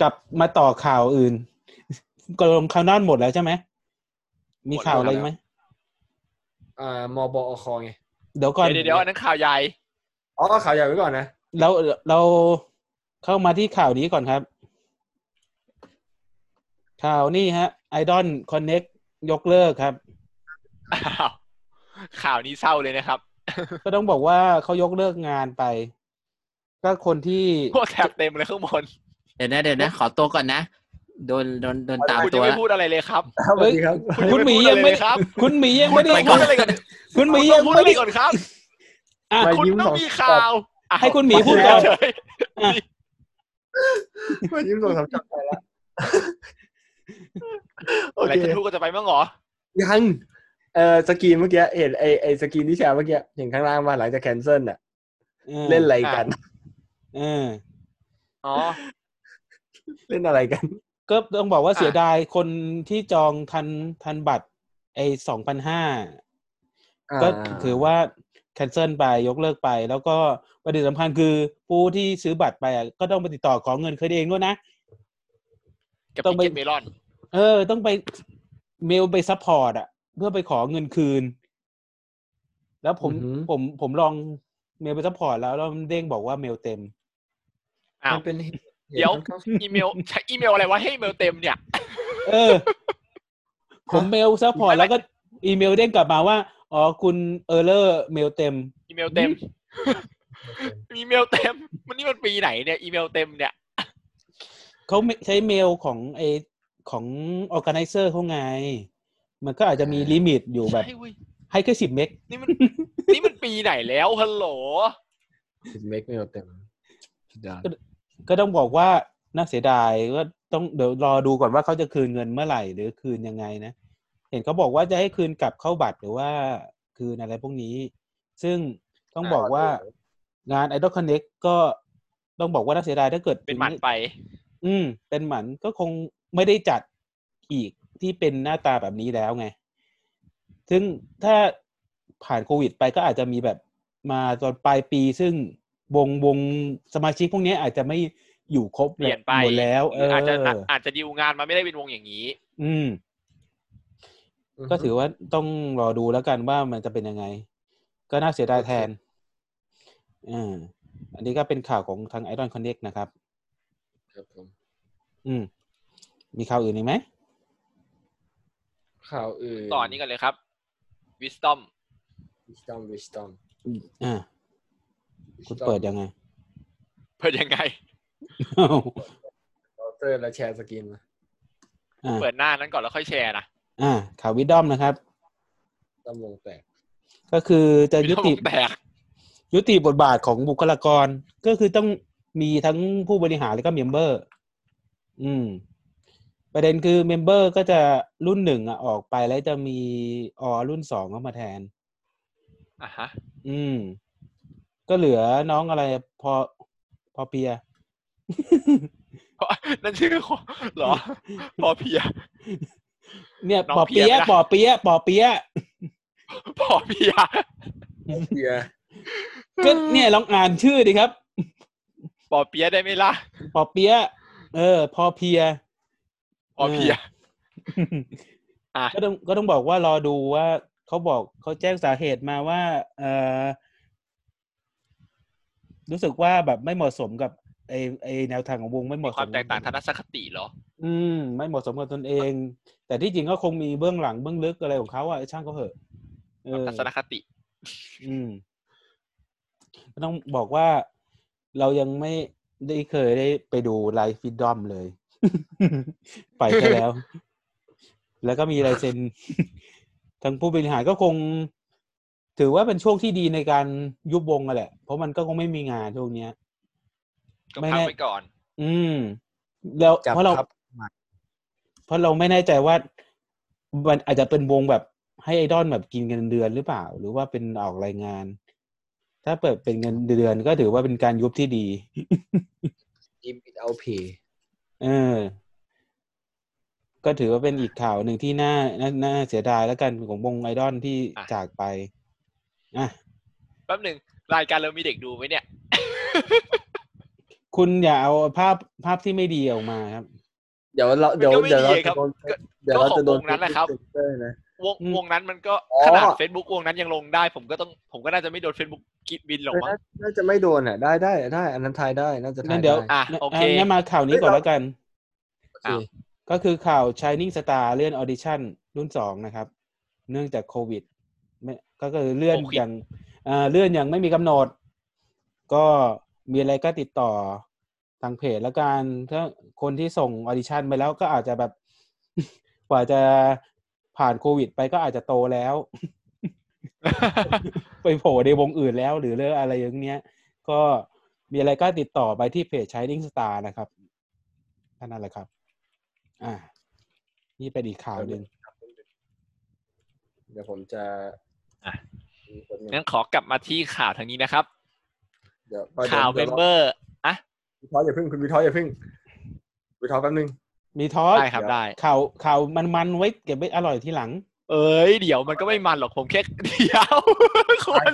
B: กลับมาต่อข่าวอื่น กลมข่าวนอนหมดแล้วใช่ไหม มีข่าวอะไรไหม
A: อ่ามบอคไง
B: เดี๋ยวก่อน
E: เดี๋ยวๆเดี๋ยวๆอันนั้นข่าวใหญ่
A: อ๋อข่าวใหญ่ไว้ก่อนนะ
B: เราเราเข้ามาที่ข่าวนี้ก่อนครับ ข่าวนี่ฮะ Idol Connect ยกเลิกครับ
E: อ้าวข่าวนี้เศร้าเลยนะครับ
B: ก็ต้องบอกว่าเขายกเลิกงานไป ก็คน ที่
E: พวกแถบเต็มเลยข้างบน
C: เดี๋ยวนะเดี๋ยวนะขอตัวก่อนนะ โดนโดนโดนตาม
E: คุณ
C: ตั
E: ยัง
C: ว
E: ไม่
C: ละ
E: พูดอะไรเลยครับ
A: สวัสดีครับ
B: คุณหมียังไม่
E: พูดอะไรเลยครับ
B: คุณหมียังไม่ได้
E: ไปก่อนเลยก่อน
B: คุณห
E: คุ
B: มี
E: ณ
B: ยัง
E: พูด
B: ไม่
E: อะไร
B: ได้
E: ก่อนครับ
B: อ่ะ
A: ไม่
E: คุณ
A: ยิ้ม
E: ต้
A: ส
E: อ
A: องง
E: มีข่าวอ้าว
B: ให้คุณหมีพูด ก่อน
E: เฉย
A: มายิ้มสองสามจับไปแล้ว
E: ๆอะไรจะทูก็จะไปมั้งเหรอ
A: ยังเอ่อสกรีนเมื่อกี้เห็นไอไอสกรีนที่แชร์เมื่อกี้เห็นข้างล่างว่าหลังจากแคนเซิลน่ะ
B: ออ
A: เล่นอะไรกัน
B: เออ
E: อ๋อ
A: เล่นอะไรกัน
B: ก็ต้องบอกว่า
E: อ่ะ
B: เสียดายคนที่จองทันทันบัตรไอ้สองพันห้าก็ถือว่าแคนเซิลไปยกเลิกไป แล้วก็ประเด็นสำคัญคือผู้ที่ซื้อบัตรไปอ่ะก็ต้องไปติดต่อขอเงินคืนเองด้วยนะ
E: กับ
B: ต้อง
E: พิ
B: ไป
E: กเก็ตเมลอน
B: เออ ต้องไปเมลไปซัพพอร์ตอ่ะ เพื่อไปขอเงินคืน แล้วผม
A: อือหือ
B: ผมผมลองเมลไปซัพพอร์ตแล้วแล้วมันเด้งบอกว่าเมลเต็ม
E: อ้าว
A: มันเป็นเหตุ
E: เดี๋ยว
A: หตุค่อนข้าง
E: อีเมลใช้อีเมลอะไรวะให้อีเมลเต็มเนี่ย
B: เออ ผมเมลซัพพอร์ต
E: ไม่ไม่
B: แล้วก็อีเมลเด้งกลับมาว่า อ๋อคุณเออร์เลอร์เมลเต็ม
E: อีเมลเต็ม อีเมลเต็ม มันนี่มันปีไหนเนี่ย อีเมลเต็มเนี่ย
B: เขาไม่ใช้เมลของไอของออแกไนเซอร์เขาไง มันก็อาจจะมีลิมิตอยู่แบบ
E: ใช่เว้ย
B: ให้แค่สิบเมก
E: นี่มัน นี่มันปีไหนแล้วฮัลโหล
A: สิบเมกไม่เอาเต็มสุดยอด
B: ก็ต้องบอกว่าน่าเสียดายก็ต้องเดี๋ยวรอดูก่อนว่าเขาจะคืนเงินเมื่อไหร่ หรือคืนยังไงนะ เห็นเขาบอกว่าจะให้คืนกลับเข้าบัตรหรือว่าคืนอะไรพวกนี้ ซึ่งต้องบอกว่างาน Idol Connect ก็ต้องบอกว่าน่าเสียดายถ้าเกิด
E: เป็นหมันไป
B: อืม เป็นหมันก็คงไม่ได้จัดอีกที่เป็นหน้าตาแบบนี้แล้วไง ซึ่งถ้าผ่านโควิดไปก็อาจจะมีแบบมาตอนปลายปี ซึ่งวงวงสมาชิกพวกนี้อาจจะไม่อยู่ครบ
E: เปลี่ยนไป
B: หมดแล้ว
E: ห
B: เอ
E: รือ
B: ออา
E: อาจจะอาจจะดีลงานมาไม่ได้เป็นวงอย่างนี้
B: อืม ก็ถือว่าต้องรอดูแล้วกันว่ามันจะเป็นยังไง ก็น่าเสียดายแทนอ่าอันนี้ก็เป็นข่าวของทาง Iron Connect นะครับ
A: ครับผม
B: อืม มีข่าวอื่นอีกไหม
A: ข่าวอื่น
E: ต่อนนี้กันเลยครับ wisdom
A: wisdom wisdom
B: อ่า คุณเปิดยังไง
E: เปิดยังไง
B: อ้าว
A: เตอร์และแชร์สกินมา
B: อ่า
E: เปิดหน้านั้นก่อนแล้วค่อยแชร์นะ
B: อ่าข่าววิดดอมนะครับ
A: ตั้มวงแตก
B: ก็คือจะยุติ
E: วิดดอมแตก
B: ยุติบทบาทของบุคลากร ก็คือต้องมีทั้งผู้บริหารแล้วก็เมมเบอร์ อืม ประเด็นคือเมมเบอร์ก็จะรุ่นหนึ่งอ่ะออกไปแล้วจะมีออรุ่นสองเข้ามาแทน
E: อ่ะฮะ
B: อืม ก็เหลือน้องอะไรพอพอเปีย
E: นั่นชื่อคนเหรอ พอเพีย
B: เนี่ย
E: น้อง
B: ปอเปีย
E: เปียนะ
B: ปอเปียปอเปีย
E: พอเพีย
A: เฮีย
B: ก็เนี่ยลองอ่านชื่อดิครับ
E: ปอเปียได้ไหมล่ะ
B: ปอเปียเออ พอเพีย
E: ปอเพีย อ่ะ
B: ก็ต้องก็ต้องบอกว่ารอดูว่าเขาบอกเขาแจ้งสาเหตุมาว่า เออรู้สึกว่าแบบไม่เหมาะสมกับไอไอแนวทางของวงไม่เหมาะสม
E: ความแตกต่างทางทัศนคติเหรอ
B: อืม ไม่เหมาะสมกับตนเอง แต่ที่จริงก็คงมีเบื้องหลังเบื้องลึกอะไรของเขาอะช่างเขาเหอะเออ
E: ทัศนคติ
B: อืมก็ต้องบอกว่าเรายังไม่ได้เคยได้ไปดูไลฟ์ฟิดดอมเลย ไปซะแล้ว แล้วก็มีลายเซ็น ทางผู้บริหารก็คง ถือว่าเป็นช่วงที่ดีในการยุบวงอะแหละ เพราะมันก็คงไม่มีงานช่วงเนี้ย
E: ก็
B: ไม่
E: พัก
B: แน่
E: ไว้ก่อน
B: อืม แล้ว
A: จับ
B: เพราะเรา
A: ครับ
B: เพราะเราไม่แน่ใจว่ามันอาจจะเป็นวงแบบให้ไอดอลแบบกินเงินเดือนหรือเปล่า หรือว่าเป็นออกรายงาน ถ้าเปิดเป็นเงินเดือนก็ถือว่าเป็นการยุบที่ดี
A: ยิบเอาเพย์
B: เออ ก็ถือว่าเป็นอีกข่าวหนึ่งที่น่าน่าน่าเสียดายแล้วกันของวงไอดอลที่
E: อ่ะ
B: จากไปอ่ะ
E: แป๊บหนึ่งรายการเรามีเด็กดูไหมเนี่ย
B: คุณอย่าเอาภาพภาพที่ไม่ดีออกมาครับ
A: เดี๋ยวเราเดี๋ยว
E: มันก็ไม่
A: เดี๋ยวเรา
E: ดีครั
A: จะ
E: บ
A: โดนเดี๋ยวเราจะโดน
E: ก็ของวงนั้นแหละครับ
A: เซอนะ
E: วง
B: อืม
E: วงนั้นมันก็
A: อ๋อ
E: ขนาด Facebook วงนั้นยังลงได้ ผมก็ต้องผมก็น่าจะไม่โดน Facebook กิดบินหรอกมั้ง
A: น่าน่าจะไม่โดนอ่ะได้ได้ได้ อันนั้นทายได้น่าจะทา
B: งั้
A: ย
B: นเดี๋ยว
A: ได้
E: อ่ะโอเค
B: งั้นมาข่าวนี้ก่อนแล้วกัน
A: โอเค
E: อ้าว
B: ก็คือข่าว Shining Star เลื่อนออดิชั่นรุ่นสองนะครับ เนื่องจากโควิดไม่ก็คือเลื่อน
E: โควิด
B: อย่างเอ่อเลื่อนอย่างไม่มีกำหนด ก็มีอะไรก็ติดต่อทางเพจแล้วกันถ้าคนที่ส่งออดิชั่นไปแล้วก็อาจจะแบบ กว่าจะผ่านโควิดไปก็อาจจะโตแล้ว ไปโผล่ในวงอื่นแล้ว หรือเรื่องอะไรอย่างเนี้ย ก็มีอะไรก็ติดต่อไปที่เพจ Shining Star นะครับแค่นั้นแหละครับ อ่า นี่เป็นอีกข่าวหนึ่ง
A: เดี๋ยวผมจะ
E: อ่ะ
A: มีคนหนึ่ง
E: งั้นขอกลับมาที่ข่าวทางนี้นะครับ
A: เดี๋ยว
E: ข่าวเมมเบอร์อ่ะ
A: วิทออย่าเพิ่งคุณวิทออย่าเพิ่งวิทอแป๊บนึง
B: มีทอส
E: ได้ครับได้
B: ข่าวข่าวมันมันๆไว้เก็บไว้อร่อยทีหลัง
E: เอ้ยเดี๋ยวมันก็ไม่มันหรอกผมแค่เดียว คน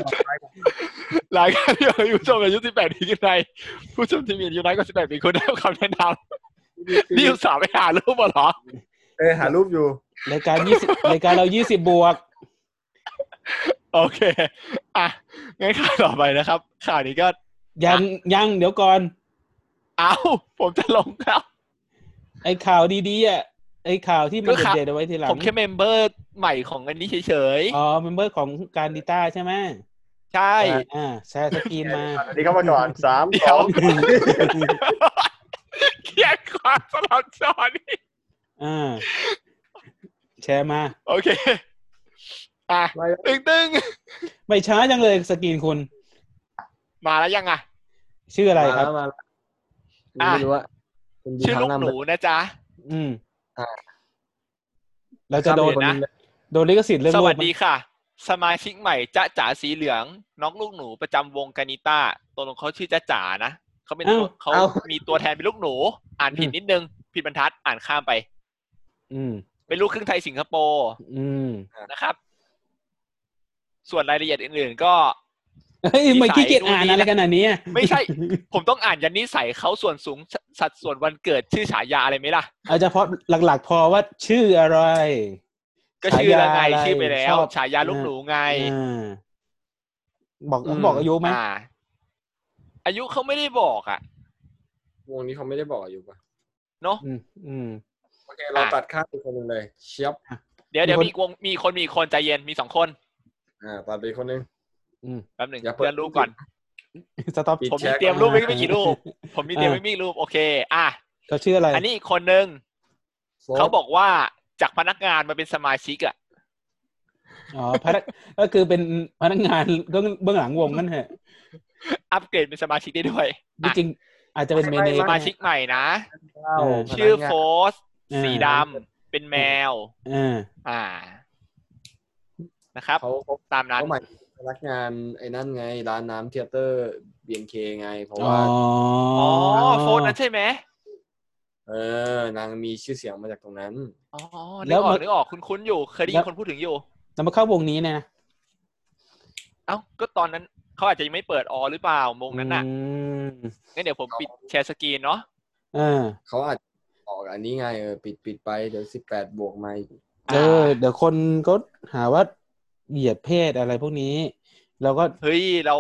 E: รายการที่เราอยู่ชมอายุ18ปีขึ้นไปผู้ชมที่มีอายุน้อยกว่า18ปีควรได้รับคำแนะน นี่อุตส่าห์ไปหารูปมาเหรอ
A: เออหารูปอยู่
B: รายการยี่สิบ รายการเรายี่สิบบวก
E: โอเค อ่ะ งั้นข่าวต่อไปนะครับ ข่าวนี้ก็
B: ยังยังเดี๋ยวก่อน
E: เอ้า ผมจะลงแล้ว
B: ไอ้ข่าวดีๆอ่ะไอ้ข่าวที่มัน
E: ก็ข่าว
B: เด็ดๆเอาไว้ทีหลัง
E: ผมแค่เมมเบอร์ใหม่ของอันนี้เฉย
B: อ๋อเมมเบอร์ของการดิต้าใช่ไหม
E: ๆ ใช่
B: อ่าแชร์สกรีนมา
A: อันนี้เข้ามาก่อนสาม
E: เดี๋
A: ส
E: ย
A: อ
E: ว
A: ง
E: เขียนความสลับจอนี่
B: อ่า แชร์มา
E: โอเค อ่ะ
A: ไม่
E: ตึงตึง
B: ไม่ช้าจังเลยสกรีนคุณ
E: ๆมาแล้วยังอ่ะ
B: ชื่ออะไรครับ
A: มาแล้ว
E: อ่ะ
A: ไม่รู้ว่าคุณดี
E: ชื่อลูก
A: ทำ
E: ห
A: นำ
E: นูนะจ๊ะ
B: อืม
A: อ่า
B: เราจะโดน
E: ข้ามเดือนนะ
B: โดนลิขสิทธิ์เรื่อง
E: ส
B: รูป
E: วัส
B: มั้
E: ดี
B: ย
E: ค่ะ สมาชิกใหม่จ๊ะจ๋าสีเหลือง น้องลูกหนูประจำวงกานิต้าตัวของเขาชื่อจ๊ะจ๋านะเขาเป็นตัวเขา
A: เอ้า
E: มีตัวแทนเป็นลูกหนู อ่านผิดนิดนึง ผิดบรรทัดอ่านข้ามไป
B: อืม
E: เป็นลูกครึ่งไทยสิงคโปร์
B: อืม
E: นะครับ ส่วนรายละเอียดอื่นๆ ก็
B: เฮ้ยไม่ขี้เกียจอ่านอะไรขนาดนี้อะ
E: ไม่ใช่ ผมต้องอ่านยันนิสัยเขาส่วนสูงสสัดส่วนวันเกิดชื่อฉายาอะไรไหมล่ะ
B: เอาเฉพาะหลัก ๆ พอว่าชื่ออะไร
E: ก็ชื่อละไง
B: ฉายาอะไร
E: ชื่อไปแล้ว
B: ชอบ
E: ฉายาลูกหนูไง
B: อ่าบอก
A: อืม
B: บอกอายุไหม
E: อ่า อายุเขาไม่ได้บอกอ่ะ
A: วงนี้เขาไม่ได้บอกอยู่ปะ
E: เนาะ
B: อืมอืม
A: โอเคเราตัดข้ามอีกคนหนึ่งเลยเชียบ
E: เดี๋ยวเดี๋ยว
B: มี
E: มี
B: คน
E: วงมีคนมีอีกคนใจเย็นมีสองคน
A: อ่าตัดไปอีกคนหนึ่ง
B: อืม
E: แป๊บหนึ่ง
A: อย่าเปิด
E: เพื่อนรูปก่อน
B: สต็อป
A: ปิด
E: ผม
A: แช
E: มี
A: ร์
E: เตรียมรูปไม่ไม่กี่ รูป ผมมีเตรียม
B: อ่า
E: ไม่มีรูปโอเค อ่ะ
B: เขาชื่ออะไร
E: อันนี้อีกคนนึง
A: โฟร์
E: เขาบอกว่าจากพนักงานมาเป็นสมาชิกอ่ะ
B: อ๋อพนักก็คือเป็นพนักงานเบื้องเบื้องหลังวงนั่นแหละ
E: อัปเกรดเป็นสมาชิกได้ด้วย
B: จริงๆอาจจะเป็นเมเน
E: ส
B: ก็
E: มา
B: ได้
E: ชิกใหม่นะ
A: เก้าพนักงาน
E: ชื่อโฟส
B: อ่า
E: สีดำเป็นแมว
B: อ่า
E: อ่า นะครับ
A: เขาเขา
E: ตามนั้น
A: เขาหมายถึงพนักงานไอ้นั่นไง ร้านน้ำเทยเตอร์เบียนเคไง เพราะ
B: อ๋อ
A: ว่า
E: อ๋อโฟสนั้นใช่ไหม
A: เออนางมีชื่อเสียงมาจากตรงนั้น
E: อ๋อนึกออกนึกออกคุ้นๆอยู่ เคยได้ยินคนพูดถึงอยู่
B: แต่มาเข้าวงนี้เนี่ยนะ
E: เอ้าก็ตอนนั้นเขาอาจจะยังไม่เปิดออหรือเปล่าวงนั้นน่ะ
B: อืม
E: งั้นเดี๋ยวผมปิดแชร์สกรีนเนาะ
B: เออ
A: เขาอาจจะออกอันนี้ไงเออปิดปิดไปเดี๋ยวสิบแปดบวกมาอีก
B: เออเดี๋ยวคนก็หาว่าเหยียดเพศอะไรพวกนี้ แล้วก็
E: เฮ้ยเรา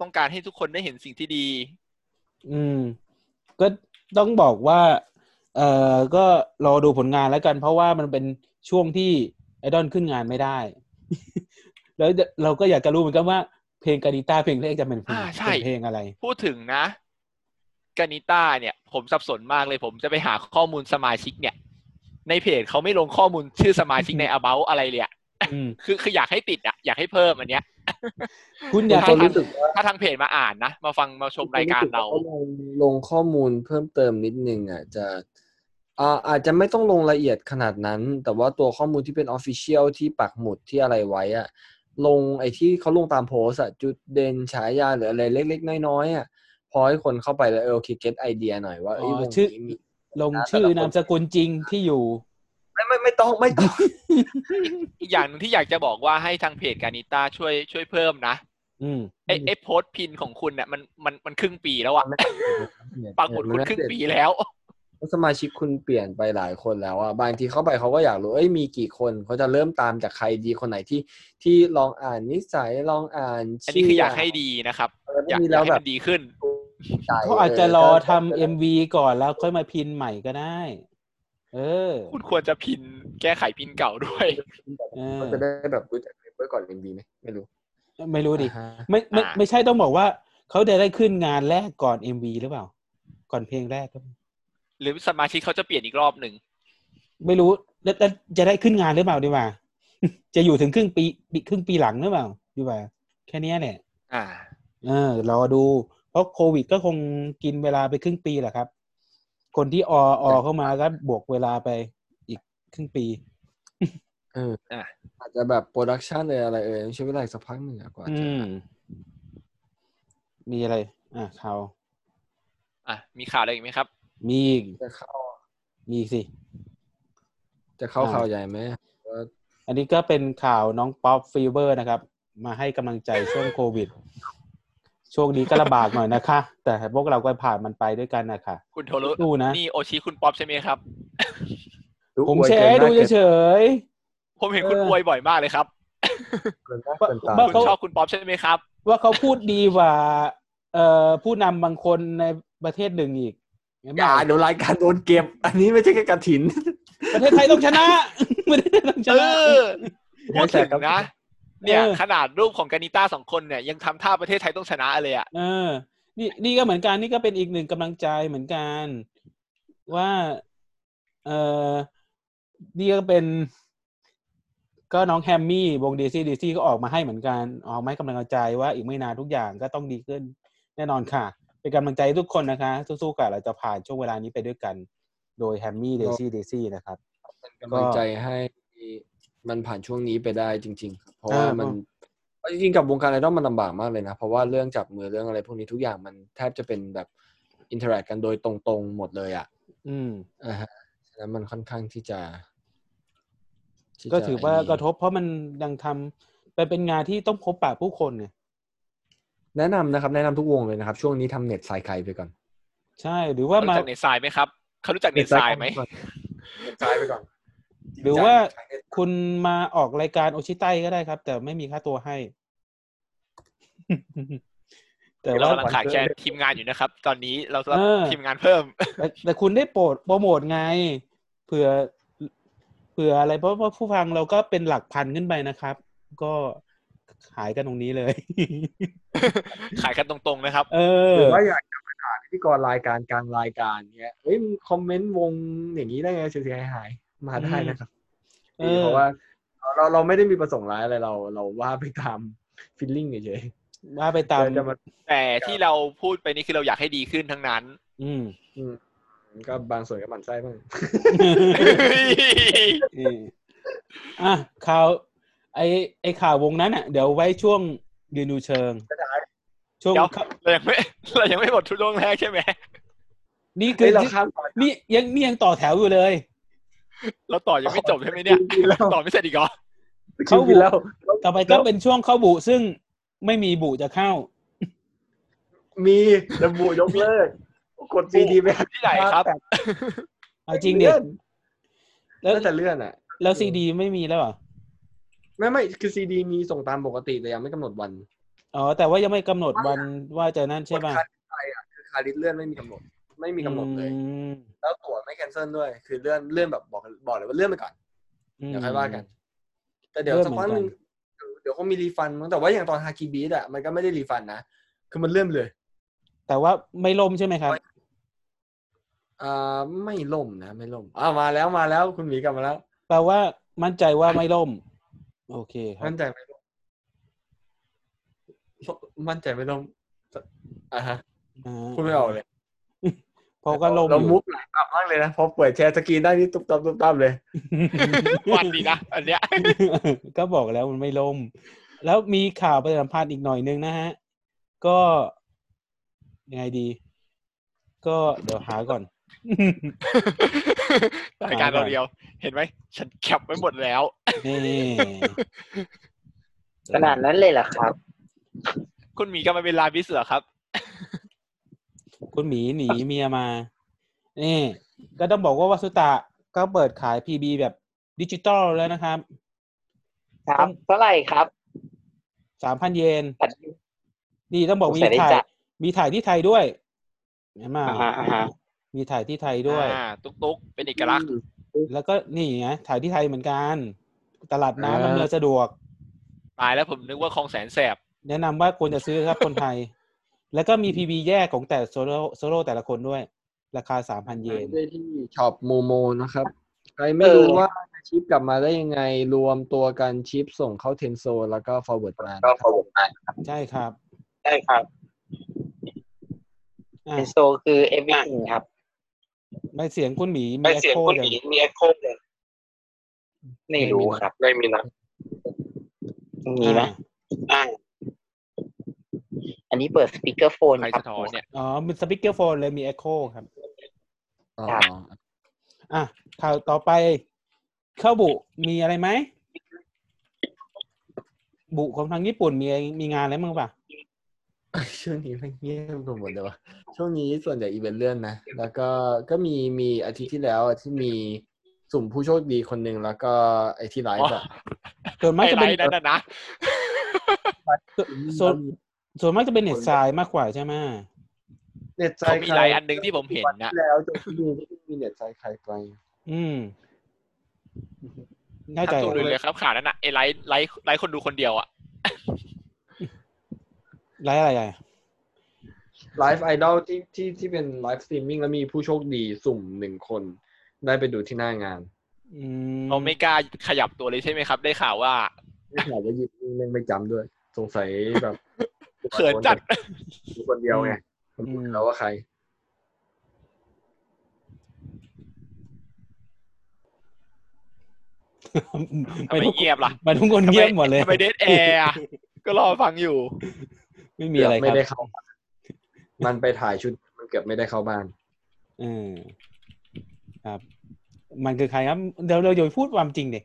E: ต้องการให้ทุกคนได้เห็นสิ่งที่ดี
B: อืม ก็ต้องบอกว่า เออก็รอดูผลงานแล้วกัน เพราะว่ามันเป็นช่วงที่ไอดอลขึ้นงานไม่ได้ แล้วเราก็อยากจะรู้เหมือนกันว่า เพลงกาดิต้าเพลงแรกจะเป็นเพลง
E: อ่าใช่
B: เป็นเพลงอะไร
E: พูดถึงนะกานิต้าเนี่ย ผมสับสนมากเลย ผมจะไปหาข้อมูลสมาชิกเนี่ย ในเพจเขาไม่ลงข้อมูลชื่อสมาชิกใน about อะไรเลยอะ
B: อืม
E: คือคืออยากให้ติดอะอยากให้เพิ่มอันเนี้ย
B: คุณ
A: คุ
B: อยา
A: ณ
B: ก
A: ต้
B: จะ
A: น
B: รู้
A: รู้สึกว่า
E: ถ้าทางเพจมาอ่านนะ มาฟังมาชมรายการเรา
A: คุณต้นสึกว่ลงลงข้อมูลเพิ่มเติมนิดนึงอ่ะจะอ่าอาจจะไม่ต้องลงละเอียดขนาดนั้น แต่ว่าตัวข้อมูลที่เป็นออฟฟิเชียลที่ปักหมุดที่อะไรไว้อ่ะ ลงไอ้ที่เขาลงตามโพสต์อะจุดเด่นฉายาหรืออะไรเล็ก ๆ น้อยๆอ่ะพอให้คนเข้าไปแล้วเออโอเคเก็ตไอเดียหน่อยว่า
B: อ๋
A: เอ้ย
B: อ
A: วง
B: ชื่อ
A: นี้มี
B: ลงชื่อนามสกุลจริงที่อยู่
A: ไม่ไม่ไม่ต้องไม่ต้อง
E: อีกอย่างหนึ่งที่อยากจะบอกว่าให้ทางเพจกานิต้าช่วยช่วยเพิ่มนะ
B: อืม
E: ไอ้ไอ้โพสต์พินของคุณเนี่ยมันมันมันครึ่งปีแล้วอะปรากฏคุณครึ่งปีแล้ว
A: สมาชิกคุณเปลี่ยนไปหลายคนแล้วอ่ะบางทีเข้าไปเขาก็อยากรู้เอ้ยมีกี่คนเขาจะเริ่มตามจากใครดีคนไหนที่ที่ลองอ่านนิสัยลองอ่าน
E: อันนี้คืออยากให้ดีนะครับ
A: เออ
E: อยาก
A: มี
E: อยา
A: แล้ว
E: กให้
A: แบบ
E: มันดีขึ้น
A: ใจ
B: เขาอาจจะรอทำเอ็
A: ม
B: มวีก่อนแล้วค่อยมาพินใหม่ก็ได้ เออ
E: คุณควรจะพินแก้ไขพินเก่าด้วย
B: เออ
A: จะได้แบบรู้จักเมื่อก่อนเอ็มบีไหมไม่รู้
B: ไม่รู้ดิ
A: อ่าฮะ
B: ไม่ไม่
E: อ่า
B: ไม่ใช่ต้องบอกว่า เขาได้ได้ขึ้นงานแรกก่อนเอ็มวีหรือเปล่า ก่อนเพลงแรกก็
E: หรือสมาชิกเขาจะเปลี่ยนอีกรอบหนึ่ง
B: ไม่รู้แล้วแล้วจะได้ขึ้นงานหรือเปล่าดีกว่า จะอยู่ถึงครึ่งปีปีครึ่งปีหลังหรือเปล่าดีกว่า แค่เนี้ยแหละ
E: อ่า
B: เออรอดู เพราะโควิดก็คงกินเวลาไปครึ่งปีแหละครับ คนที่อออเข้ามาก็บวกเวลาไปอีกครึ่งปี
A: เอออะ อาจจะแบบโปรดักชันเลยอะไรเอ่ยต้องใช้เวลาอีกสักพักหนึ่งอะกว่าจะ
B: อืม มีอะไร อ่ะข่าว
E: อ่ะมีข่าวอะไรอีกไหมครับ
B: มีอีก
A: จะเข้า
B: มีอีกสิ
A: จะเข้า
B: อ่า
A: ข่าวใหญ่ไหมว่า
B: อันนี้ก็เป็นข่าวน้องป๊อปฟีเวอร์นะครับ มาให้กำลังใจช่วงโควิด ช่วงนี้ก็ลำบากหน่อยนะคะ แต่พวกเราก็ผ่านมันไปด้วยกันนะคะ
E: คุณโทรุ
B: ดูนะ
E: นี่โอชิคุณป๊อปใช่ไหมครับ
A: ดู
B: ผม
A: อวย
B: แช
A: กิน
B: ร์
A: หน้า
B: ดูเฉย
E: ผมเห็นคุณ
B: เออ
E: อวยบ่อยมากเลยครับ
A: เกินหน้าเกินตา
B: บ้า
E: คุณ
B: เขา
E: ชอบคุณป๊อปใช่ไหมครับ
B: ๆ ว่าเขาพูดดีกว่า เอ่อผู้นำบางคนในประเทศหนึ่งอีกเห็นไหม
A: อย่าเดี๋ยวรายการโดนเก็บ อันนี้ไม่ใช่แค่กระถิน
B: ประเทศไทยต้องชนะ ประเทศไทยต้องช
E: เอ
B: นะ
E: อพูดถึงนะ เนี่ย
B: เออ
E: ขนาดรูปของกานิต้าสองคนเนี่ย ยังทำท่าประเทศไทยต้องชนะเลยอ่ะ
B: เออ นี่นี่ก็เหมือนกันนี่ก็เป็นอีกหนึ่งกำลังใจเหมือนกัน ว่าเออนี่ก็เป็น ก็น้องแฮมมี่วงดีซี่ดีซี่ก็ออกมาให้เหมือนกันออกมาให้กำลังใจว่าอีกไม่นานทุกอย่างก็ต้องดีขึ้น แน่นอนค่ะ เป็นกำลังใจให้ทุกคนนะคะ สู้ๆกับเราจะผ่านช่วงเวลานี้ไปด้วยกัน โดยแฮมมี่เดซี่เดซี่นะครับ
A: เป็นกำลังใจให้มันผ่านช่วงนี้ไปได้จริง ๆ ครับ เพราะว่า
B: อ่ามั
A: มันเอาจริงๆกับวงการไอดอลมันลำบากมากเลยนะ เพราะว่าเรื่องจับมือเรื่องอะไรพวกนี้ทุกอย่างมันแทบจะเป็นแบบอินเทอร์แอคกันโดยตรงๆหมดเลยอ่ะ
B: อืม
A: อ่าฮะฉะนั้นมันค่อนข้างที่จะที่จะ
B: ก็ถือว่ากระท
A: นนี
B: บเพราะมันยังทำไปเป็นงานที่ต้องพบปะผู้คนไง
A: ้แนะนำนะครับ แนะนำทุกวงเลยนะครับ ช่วงนี้ทำเน็ตสายไข่ไปก่อน
B: ใช่หรือว่ามา
E: รู้จักเนตทรายไหมครับเขารู้จักเนตทรายไหม
A: เน็ตสายไปก่อน
B: หรือว่า คุณมาออกรายการโอชิไตก็ได้ครับ แต่ไม่มีค่าตัวให้ แต่
E: เรา
B: ว่า
E: กำลังขาดแคลนทีมงานอยู่นะครับ ตอนนี้เราจะรับ
B: เออ
E: ทีมงานเพิ่ม
B: แต่แต่คุณได้โปรดโปรโมทไงเผื่อเผื่ออะไรเพราะว่าผู้ฟังเราก็เป็นหลักพันขึ้นไปนะครับ ก็ขายกันตรงนี้เลย
E: ขายกันตรงๆนะครับ
B: เออ
A: หรือว่าอยากจะมาด่าพิธีกรรายการกลางรายการเนี้ยเอ้ยมึงคอมเมนต์วงอย่างนี้ได้ไงเสียหายหายๆมาได้นะครับ
B: เออ
A: เพราะว่าเราเราเราไม่ได้มีประสงค์ร้ายอะไรเรา เราว่าไปตามฟิลลิ่งเฉย
B: ว่าไป
A: ๆ
B: ตาม
A: แต่จะมา
E: แต่ที่เราพูดไปนี่คือเราอยากให้ดีขึ้นทั้งนั้น
B: อืม
A: ก็บางส่วนก็หมันไส้บ้าง
B: เอออ่ะข่าว ไอไอข่าววงนั้นอ่ะ เดี๋ยวไว้ช่วงยืนดูเชิง ช่วง
E: เดี๋ยว
B: เข้า
E: เรายังไม่เรายังไม่หมดทุกเรื่องแรกใช่ไหม
B: นี่คื
A: เฮ้
B: อย
A: เราข้ามตอน
B: นี่ยังนี่ยังต่อแถวอยู่เลย
E: เราต่อยังไม่จบใช่ไหมเนี่ย ต่อไม่เสร็จอีกเหรอ
A: เข้า
B: เข้า
A: ไป
B: บุ
A: แล้ว
B: ต่อไปก็เป็นช่วงเข้าบุซึ่งไม่มีบุจะเข้า
A: มีระบุยกเลิกกดซีดีไปหา
E: ที่ไหนครับ
A: แต่
B: เอาจริงเด็กแล้ว
A: น่าจะเลื่อนอ่ะ
B: แล้วซีดีไม่มีแล้วเหรอ
A: ไม่ไม่คือซีดีมีส่งตามปกติแต่ยังไม่กำหนดวัน
B: อ๋อ แต่ว่ายังไม่กำหนดวันว่าจะนั่นใช่ป่ะ
A: วันคาริสไทยอ่ะคือคาริสเลื่อนไม่มีกำหนด ไม่มีกำหนดเลย
B: อืม
A: แล้วตั๋วไม่แคนเซิลด้วย คือเลื่อนเลื่อนแบบบอกบอกเลยว่าเลื่อนไปก่อน เดี๋ยวค่อยว่ากัน แต่เดี๋ยวสักพักหนึ่งเดี๋ยวเขามีรีฟันมั้งแต่ว่าอย่างตอนฮากิบีดอะมันก็ไม่ได้รีฟันนะ คือมันเลื่อนไปเลย
B: แต่ว่าไม่ล่มใช่ไหมครับ
A: อ่าไม่ล่มนะ ไม่ล่มอ่ามาแล้วมาแล้วคุณหมีกลับมาแล้ว
B: แปลว่ามั่นใจว่าไม่ล่ม โอเคครับ
A: มั่นใจไม่ล่มมั่นใจไม่ล่มอ่าฮะ
B: อ่า
A: พูดไม่ออกเลย
B: เพราะก็ล่มอ
A: เรา
B: ยู่
A: มุกหลายตับมากเลยนะพอเปิดแชร์สกรีนได้นี่ตุ๊บตับตุ๊บตับเลย
E: วันดีนะ อัน เนี้ย
B: ก็บอกแล้วมันไม่ล่ม แล้วมีข่าวประชาสัมพันธ์อีกหน่อยนึงนะฮะ ก็ยังไงดี ก็เดี๋ยวหาก่อน
E: รายการเราเดียว เห็นไหม ฉันแคปไว้หมดแล้ว
B: นี่
F: ขนาดนั้นเลยเหรอครับ
E: คุณหมีกลับมาเป็นลาบิสเหรอครับ
B: คุณหมีหนีเมียมา นี่ ก็ต้องบอกว่าวาสุตะก็เปิดขายพีบีแบบดิจิตอลแล้วนะครับ
F: ครับเท่าไหร่ครับ
B: สามพันเยน
F: ตัด
B: นี่ต้องบอก
F: สง
B: มี
F: สัยได้
B: ถ่าย
F: จ้ะ
B: มีถ่ายที่ไทยด้วยเห็นไหม
F: อ่าฮะอ่าฮะ
B: มีถ่ายที่ไทยด้วย
E: อ่า ตุ๊กตุ๊กเป็นเอกลักษณ์
B: แล้วก็นี่ไงถ่ายที่ไทยเหมือนกัน ตลาดน้ำดำเนินสะดวก
E: ตายแล้วผมนึกว่าคลองแสนแสบ
B: แนะนำว่าควรจะซื้อครับ คนไทย แล้วก็มีพีบีแยกของแต่โซโล่โซโล่แต่ละคนด้วย ราคาสามพันเยน
A: ได้ที่ช็อปโมโมนะครับใครไม่รู้ว่าชิปกลับมาได้ยังไงรวมตัวกันชิปส่งเข้าเทนโซแล้วก็ forward มา
F: ก็ขอบคุณมาก
B: ใช่ครับ
F: ได้ครับ
B: อ่ะ
F: เอนโซคือ everything ครับ
B: ไม่เสียงคุณหมี
F: ไป
B: มี
F: เสียง
B: โค
F: คุณ
B: อ
F: ห
B: ย่าง
F: มีมีเอ็กโคเลยไม่รู้ครับ ไม่มีนะมีไหม
B: อ่ะ
F: อ่าอันนี้เปิดสปีกเกอร์โฟน
E: ใคร
F: ครั
E: สะท้อนเนี่ย
B: อ๋อมีสปิเกอร์โฟนเลยมีเอโคครับ
A: อ๋อ
B: อ่ะข่าวต่อไป เข้าบุมีอะไรไหม บุของทางญี่ปุ่นมีมีงานอะไรบ้างปะ
F: ช่วงนี้มันเงียบกันหมดเลยวะช่วงนี้ส่วนใหญ่อีเวนต์เลื่อนนะ แล้วก็ก็มีมีอาทิตย์ที่แล้วอะที่มีสุ่มผู้โชคดีคนหนึ่งแล้วก็ไอที่ไลฟ์อะ
B: ส่วนมาก
E: ไอ้
B: จะ
E: ไล
B: เป็น
E: ท์นั่นน่ะนะ
B: ส่วนส่วนมากจะเป็นเน็ตทรายมากกว่าใช่ไหม
F: เน็ตไซ
E: เขา
F: ด์
E: มีไลน์อันหนึ่งที่ผมเห็น
F: วัน
E: นะ
F: ที่แล้วจนที่มีที่ มีเน็ตไซด์ใครไป
B: อืมเข้าใจ
E: ทำตัวดูเลยครับข่าวนั้นน่ะไอ้ไลท์ไลท์ไลท์คนดูคนเดียวอ่ะ
B: ไลฟ์อะไรอ่ะ
F: ไลฟ์ไอดอลที่ที่ที่เป็นไลฟ์สตรีมมิ่งแล้วมีผู้โชคดีสุ่มหนึ่งคน ได้ไปดูที่หน้างาน
B: อื
E: เขา ไม่กล้าขยับตัวเลยใช่ไหมครับ ได้ข่าวว่า
F: ไม่ขนาดว่ายิงแม่งไม่จำด้วย สงสัยแบบ
E: เขินจัด
F: คนเดียวไงผมพูดแล้วว่าใคร
E: ทำไมเงียบล่ะ
B: มันทุกคนเงียบหมดเลย
E: ทำไมเดทแอร์ก็รอฟังอยู่
B: ไม่มีอะไรค
F: เกืบไม่
B: รับ
F: ได้เข้าบ้านมันไปถ่ายชุดมันเกือบไม่ได้เข้าบ้าน
B: เอืมครับ มันคือใครครับ เดี๋ยวเราอย่าไปพูดความจริงเด็ก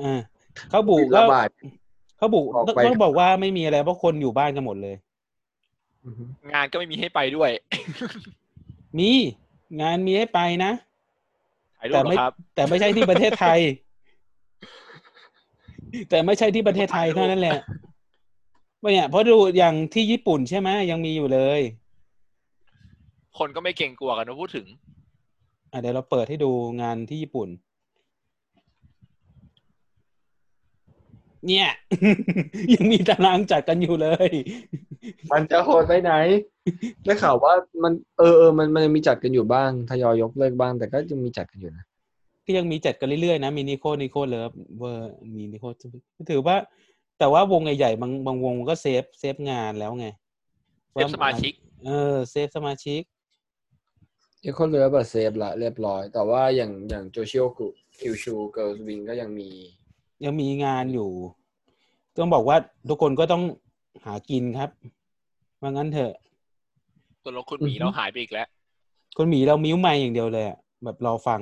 B: อ่าเขาบุก
F: ระบาย
B: เขาบุก
F: ออกไป
B: เขาบอกว่าไม่มีอะไรเพราะคนอยู่บ้านกันหมดเลย
E: งานก็ไม่มีให้ไปด้วย
B: มีงานมีให้ไปนะ
E: ถ่ายรู
B: แต่
E: ปเหร
B: ไม่
E: อครับ
B: แต่ไม่ใช่ที่ประเทศไทย แต่ไม่ใช่ที่ประเทศไทยเท่านั้นแหละว่าเนี่ยเพราะดูอย่างที่ญี่ปุ่นใช่ไหมยังมีอยู่เลย
E: คนก็ไม่เก่งกลัวกันนะพูดถึง
B: อ่ะเดี๋ยวเราเปิดให้ดูงานที่ญี่ปุ่น เนี่ย ยังมีตารางจัดกันอยู่เลย
F: มันจะโหดไปไหน ได้ข่าวว่ามันเออเออมันมันยังมีจัดกันอยู่บ้างทยอยยกเลิกบ้าง แต่ก็ยังมีจัดกันอยู่นะ
B: ที่ยังมีจัดกันเรื่อยๆนะมีนิโคนิโคเลิฟเวอร์มีนิโคถือว่า แต่ว่าวงใหญ่ๆบางบางวงก็เซฟเซฟงานแล้วไง
E: เซฟสมาชิก
B: เออเซฟสมาชิก
F: เอโคเลือบเซฟละเรียบร้อย แต่ว่าอย่างอย่างโจชิโอกรุคิวชูเกิร์ลวิงก็ยังมี
B: ยังมีงานอยู่ ต้องบอกว่าทุกคนก็ต้องหากินครับว่างั้นเถอะ
E: ตัวนลงคุณหมี
F: อือฮึ
E: เราหายไปอีกแล้ว
B: คนหมีเรามิ้วไม่อย่างเดียวเลยอะแบบรอฟัง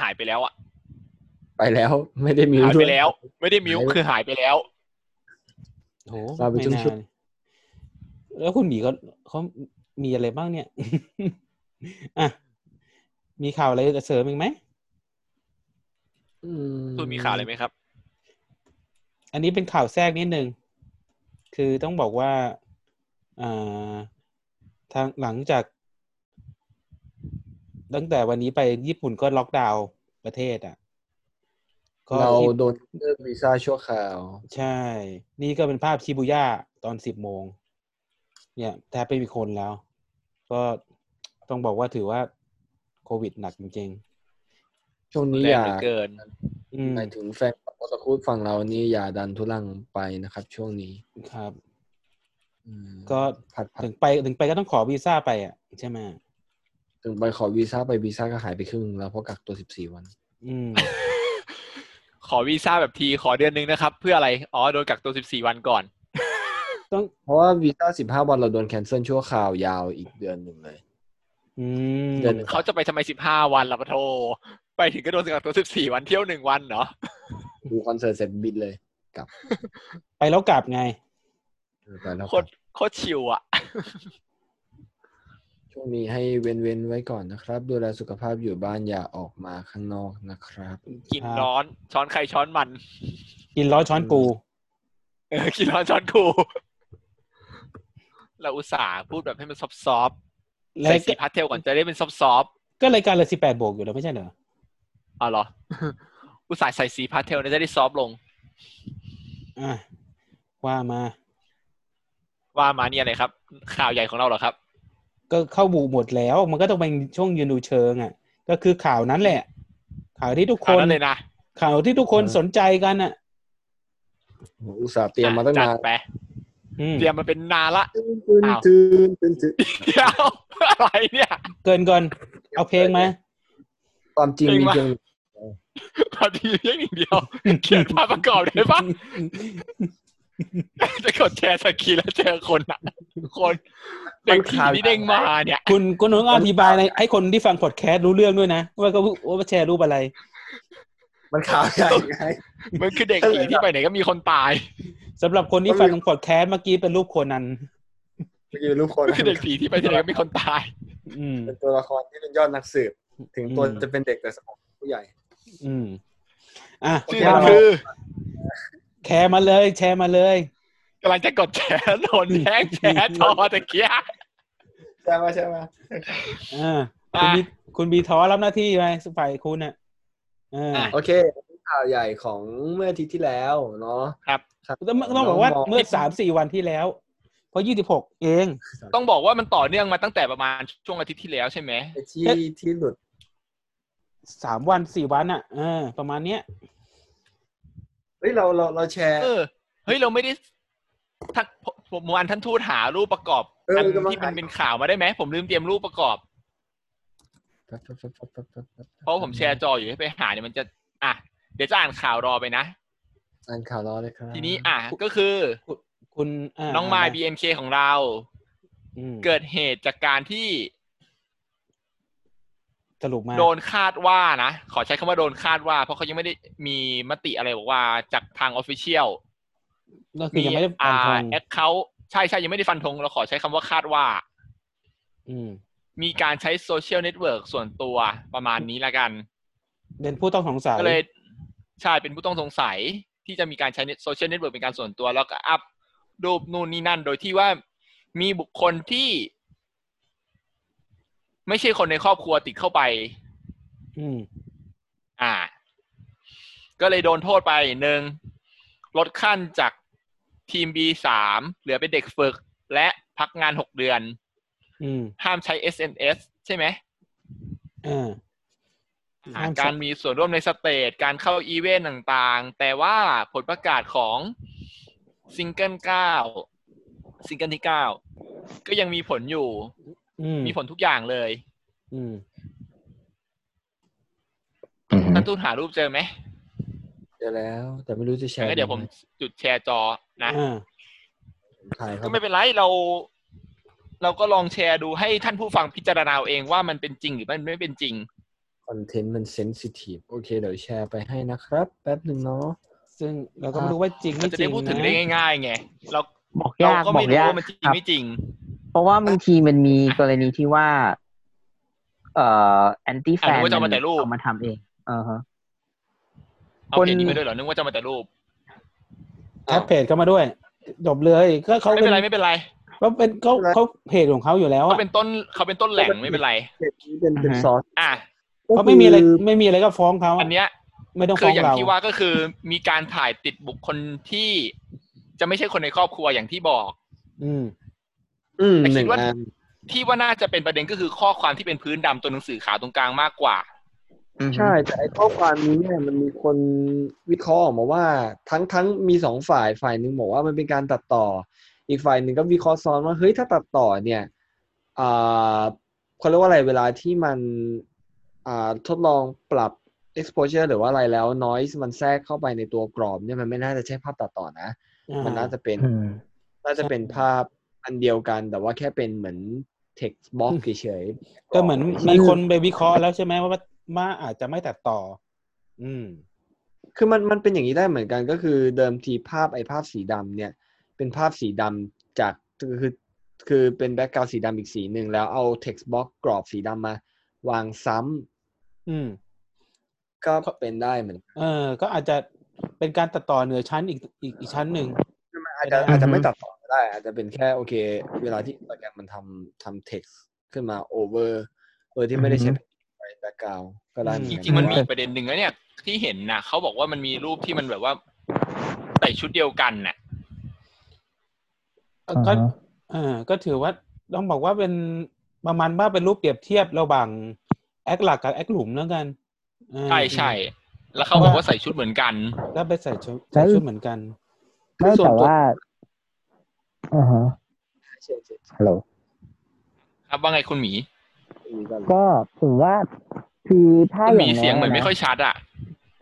E: หายไปแล้วอ่ะ
F: ไปแล้วไม่ได้มี
E: หาย
F: ด้
E: ไป
F: วย
E: แล้ว ไม่ได้มิว
F: หายไป
E: คือหายไปแล้ว
B: โห
F: ลาไป
B: ไม่
F: จน
B: นา
F: ชุด
B: นแล้วคุณหมีเขาเขามีอะไรบ้างเนี่ย อ่ะ มีข่าวอะไรจะเสริมอีกไหม
F: อื
E: คุณมีข่าวอะไรไหมครับ
B: อันนี้เป็นข่าวแทรกนิดนึง คือต้องบอกว่าอ่าทางหลังจาก ตั้งแต่วันนี้ไปญี่ปุ่นก็ล็อกดาวน์ประเทศอ่ะ ก็
F: เรา
B: ที่
F: โดนเลิกวีซ่าชั่วคราว
B: ใช่ นี่ก็เป็นภาพชิบูย่าตอนสิบโมง เนี่ยแทบไม่มีคนแล้ว ก็ต้องบอกว่าถือว่าโควิดหนักจริง
F: ช่วงนี้
E: แร
F: อง ย่า
E: เหลือเกิน
B: ๆอืม
F: หมายถึงแฟนคลับโอตาคุฝั่งเรานี่อย่าดันทุลังไปนะครับ ช่วงนี้
B: ครับ
F: อืม
B: ก็
F: ผัดผัด
B: ถึงไปถึงไปก็ต้องขอวีซ่าไปอ่ะ ใช่ไหม
F: ถึงไปขอวีซ่าไปวีซ่าก็หายไปครึ่งหนึ่งแล้วเพราะกักตัวสิบสี่วัน
B: อื ม
E: ขอวีซ่าแบบทีขอเดือนนึงนะครับ เพื่ออะไร อ๋อ โดนกักตัว 14 วันก่อน
B: ต้อง
F: เพราะว่าวีซ่าสิบห้าวันเราโดนแคนเซิลชั่วคราวยาวอีกเดือนหนึ่งเลย
B: อืม
F: เดือนหนึ่ง
E: เขาจะไปทำไม 15 วันล่ะปะโท ไปถึงก็โดนกักตัว 14 วันเที่ยวหนึ่งวันเหรอ
F: ดูคอนเสิร์ตเสร็จบินเลย
B: ไปแล้วกลับไง
F: เออแต่แล้ว
E: โคตรโคตรชิวอ่ะ
F: ช่วงนี้ให้เว้นเว้นๆไว้ก่อนนะครับ ดูแลสุขภาพอยู่บ้านอย่าออกมาข้างนอกนะครับ
E: กิน
B: ครับ
E: ร้อน ช้อนใครช้อน มัน
B: กินร้อยช้อนกู
E: เออกินร้อนช้อนกู เราอุตส่าห์พูดแบบให้มันซอฟซอฟ
B: และ
E: ใส่สีพาสเทลก่อนจะได้เป็นซอฟซอฟ
B: ก็รายการละสิบแปดบวกอยู่แล้วไม่ใช่เหรอ
E: อ๋อเหรอ อุตส่าห์ใส่สีพาสเทลนะจะได้ซอฟลง
B: อ่ะ ว่ามา
E: ว่ามาเนี่ยอะไรครับ ข่าวใหญ่ของเราเหรอครับ
B: ก็เข้าบูหมดแล้ว มันก็ต้องเป็นช่วงยืนดูเชิงอ่ะ ก็คือข่าวนั้นแหละ ข่าวที่ทุกค
E: ข่าวน นั้นเลยนะ
B: ข่าวที่ทุกคน
F: เออ
B: สนใจกันอ่ะ
F: อุตส่าห์เตรียมมาตั้ง
E: จั
F: นา
E: ด
F: น
E: ไป
B: อืม
E: เตรียมมาเป็นนานละ
F: ตื่น
E: อ้าว
F: ตื่นตื่นตื่น
E: เดี๋ยวอะไรเนี่ย
B: เกินก่อน เอาเพลงมา
F: ความจริง
E: จริ
F: มี
E: งวะ
F: เพียง
E: พอดีเพียงอย่างเดียว เขียนภาพประกอบได้ปะจะกดแชร์สกรีนแล้วเจอคนอ่ะ คนเด็กผีที่เด้งมาเนี่ย
B: คุณคุณต้องอธิบายในให้คนที่ฟังพอดแคสต์รู้เรื่องด้วยนะ ว่าก็ว่าแชร์รูปอะไร
A: มันข่าวใหญ่ไง
E: มันคือเด็กผีที่ไปไหนก็มีคนตาย
B: สำหรับคนที่ฟังของพอดแคสต์เมื่อกี้เป็นรูปโคนัน
A: เมื่อกี้เป็นรูปคน
E: มันคือเด็กผีที่ไปที่ไหนก็มีคนตาย
B: อืม
A: เป็นตัวละครที่เป็นยอดนักสืบ ถึงตัว
B: อืม
A: จะเป็นเด็กแต่สมองผู้ใหญ่
B: อืม อ่ะ
E: ชื่อมันคือ
B: แชร์มาเลย แชร์มาเลย
E: กำลังจะกดแชร์โดนแย่งแชร์ทอตะเกีย
A: ใช่ไหมใช่ไหม
B: อ่าคุณ
E: อ่ะ
B: บีคุณบีท้อรับหน้าที่ไหมฝ่ายคุณอ่ะเออ
A: โอเคข่าวใหญ่ของเมื่ออาทิตย์ที่แล้วเนาะ
B: ต้องต้องบอกว่าเมื่อสามสี่วันที่แล้ว เพราะยี่สิบหกเอง
E: ต้องบอกว่ามันต่อเนื่องมาตั้งแต่ประมาณช่วงอาทิตย์ที่แล้วใช่ไหม
A: ไอ้ที่ที่หลุด
B: สามวันสี่วันอ่ะเออประมาณเนี้ย
A: เฮ้ยเราเราเราแชร์
E: เออ เฮ้ย เราไม่ได้ทักผมผมอันท่านทูตหารูปประกอบ
A: เอออั
E: อัน
A: กำลัง
E: ที่มัน
A: หา
E: เป็นข่าวมาได้ไหม ผมลืมเตรียมรูปประกอบ เพราะผมแชร์จออยู่ให้ไปหาเนี่ยมันจะ อ่ะ เดี๋ยวจะอ่านข่าวรอไปนะ
A: อ่านข่าวรอเลยครับ
E: ทีนี้อ่ะก็คือ
B: คุณา
E: น้องมาย BNK ของเรา
B: อืม
E: เกิดเหตุจากการที่
B: สรุปมา
E: โดนคาดว่านะ ขอใช้คำว่าโดนคาดว่า เพราะเขายังไม่ได้มีมติอะไรบอกว่าจากทางออฟฟิเชียล
B: ก็คือ
E: มี
B: ยังไม่ได้อ่า
E: อ่าน
B: ทอง
E: แอคเคาใช่ใช่ยังไม่ได้ฟันธงเราขอใช้คำว่าคาดว่า
B: อืม
E: มีการใช้โซเชียลเน็ตเวิร์กส่วนตัวประมาณนี้ละกัน
B: เป็นผู้ต้องสงสัย
E: ก็เลย ใช่เป็นผู้ต้องสงสัยที่จะมีการใช้โซเชียลเน็ตเวิร์กเป็นการส่วนตัว แล้วก็อัพรูปนู่นนี่นั่น โดยที่ว่ามีบุคคลที่ ไม่ใช่คนในครอบครัวติดเข้าไป
B: อืม
E: อ่า ก็เลยโดนโทษไปหนึ่งลดขั้นจากทีม B สามเหลือเป็นเด็กฝึก และพักงานหกเดือน
B: อืม
E: ห้ามใช้ SNS ใช่ไหม
B: เออ
E: อ่าการมีส่วนร่วมในสเตจการเข้าอีเวนต์ต่างๆ แต่ว่าผลประกาศของซิงเกิลเก้าซิงเกิลที่เก้าก็ยังมีผลอยู่
B: อืม
E: มีผลทุกอย่างเลย
B: อืม
F: อือหือ
E: ท่านทูตหารูปเจอไหม
A: เดี๋ยวแล้ว แต่ไม่รู้จะแชร์
E: งั้นก็เดี๋ยวผมจุดแชร์จอนะ
B: อ่า
A: ถ่ายครั
E: ก็
A: บ
E: ไม่เป็นไรเรา เราก็ลองแชร์ดูให้ท่านผู้ฟังพิจารณาเอาเองว่ามันเป็นจริงหรือมันไม่เป็นจริง
A: คอนเทนต์มันเซนซิทีฟโอเค เดี๋ยวแชร์ไปให้นะครับ แป๊บหนึ่งเนาะ
B: ซึ่งเราก็ไม่รู้ว่าจริง
E: เรา
B: ไม่
E: จะ
B: จริ
E: ได้
B: ง
E: พูดถึงได้
B: นะ
E: ง่ายๆไงเรา
G: บอก
E: เรา
G: ยาก
E: ก็
G: บอ
E: ไม่
G: ก
E: รู้
G: ยาก
E: ว่ามันจริง
G: ครับ
E: ไม่จริง
G: เพราะว่าบางทีมันมีกรณีที่ว่า เอ่อแอนตี้แฟ
E: อ่ะนึ
G: น
E: กว่าจะเอามาแต่รูป
G: เอามาทำเองเออฮะ
E: เอาเพจนี้ไปด้วยเหรอนึกว่าจะมาแต่รูป
B: แคปเพจเข้ามาด้วยจบเลยก็เขา
E: ไม่เป็นไรไม่เป็นไร
B: เขาเป็นเขาเขาเพจของเขาอยู่แล้ว
E: เขา
B: อ่ะ
E: เป็นต้นเขาเป็นต้นแหล่งไม่เป็นไร
A: เพจนี้เป็นเป็น
G: อือฮะ
A: ซอส
E: อ่ะ
B: เขาไม่มีอะไรไม่มีอะไรก็ฟ้องเขา
E: อันเนี้ย
B: ไม่ต้อง
E: คื
B: ฟ้
E: อ
B: อง
E: อย่าง
B: เรา
E: ที่ว่าก็คือมีการถ่ายติดบุคคลที่ จะไม่ใช่คนในครอบครัวอย่างที่บอก
B: อืม
A: อืม
E: แต่
A: ห
E: คิ
A: นึ่
E: ด
A: ง
E: ว่า
A: อัน
E: ที่ว่าน่าจะเป็นประเด็นก็คือข้อความที่เป็นพื้นดำตัวหนังสือขาวตรงกลางมากกว่า
G: อือฮึ
A: ใช่ แต่ไอ้ข้อความนี้เนี่ยมันมีคนวิเคราะห์ออกมาว่า ทั้งทั้งมีสองฝ่ายฝ่ายหนึ่งบอกว่ามันเป็นการตัดต่อ อีกฝ่ายหนึ่งก็วิเคราะห์ซ้อนว่าเฮ้ยถ้าตัดต่อเนี่ยอ่าเขาเรียกว่าอะไรเวลาที่มันอ่าทดลองปรับ exposure หรือว่าอะไรแล้ว noise มันแทรกเข้าไปในตัวกรอบเนี่ยมันไม่น่าจะใช่ภาพตัดต่อนะ มันน่าจะเป็น
G: อืม
A: น่าจะเป็นภาพอันเดียวกัน แต่ว่าแค่เป็นเหมือน text box เฉยๆ
B: ก็เหมือนมีคนไปวิเคราะห์แล้วใช่ไหมว่าว่าอาจจะไม่ตัดต่อ อืม
A: คือมันมันเป็นอย่างนี้ได้เหมือนกันก็คือเดิมทีภาพไอ้ภาพสีดำเนี่ย เป็นภาพสีดำจากคือคือเป็นแบ็กกราวสีดำอีกสีหนึ่งแล้วเอา text box กรอบสีดำมา วางซ้ำ
B: อืม
A: ก็เป็นได้เหมือนกัน
B: เออ ก็อาจจะเป็นการตัดต่อเหนือชั้นอีกอีกอีกชั้นหนึ่ง
A: อาจจะ
B: ได้
A: อาจจะ
G: อือฮึ
A: ไม่ตัดต่อก็ได้ อาจจะเป็นแค่โอเค เวลาที่โปรแกรมมันทำทำ text ขึ้นมา over โดยที่ไม่ได้ใช้แบ็กกราวก็ได้เหมือน
E: จ
A: กัน
E: ริงๆมันมีอีกประเด็นหนึ่งนะเนี่ยที่เห็นนะเขาบอกว่ามันมีรูปที่มันแบบว่าใส่ชุดเดียวกันน่ะ
B: ก็
G: อ่า
B: ก็เออ
G: ฮะ
B: ก็ถือว่าต้องบอกว่าเป็นประมาณว่าเป็นรูปเปรียบเทียบระหว่างแอคหลักกับแอคหลุมแล้วกันเออ
E: ใช่ใช่แล้วเขาบอกว่าใส่ชุดเหมือนกัน
B: แล้วไปใส่ชุดใส่ชุดเหมือนกัน
G: ไม่
A: ส่วน
G: แต่
A: ตัว
G: ว่าอ่าฮะ
A: ใช่ใช่ใช่
G: ฮัลโหล
E: ครับว่าไงคุณหมี
A: มีกัน
G: ก็ผมว่าคือถ้า
E: คุณ
G: อ
E: ห
G: ย่า
E: มี
G: งน้อย
E: เสียงเหมือนไม่
G: ะ
E: ค่อยชัดอ่ะ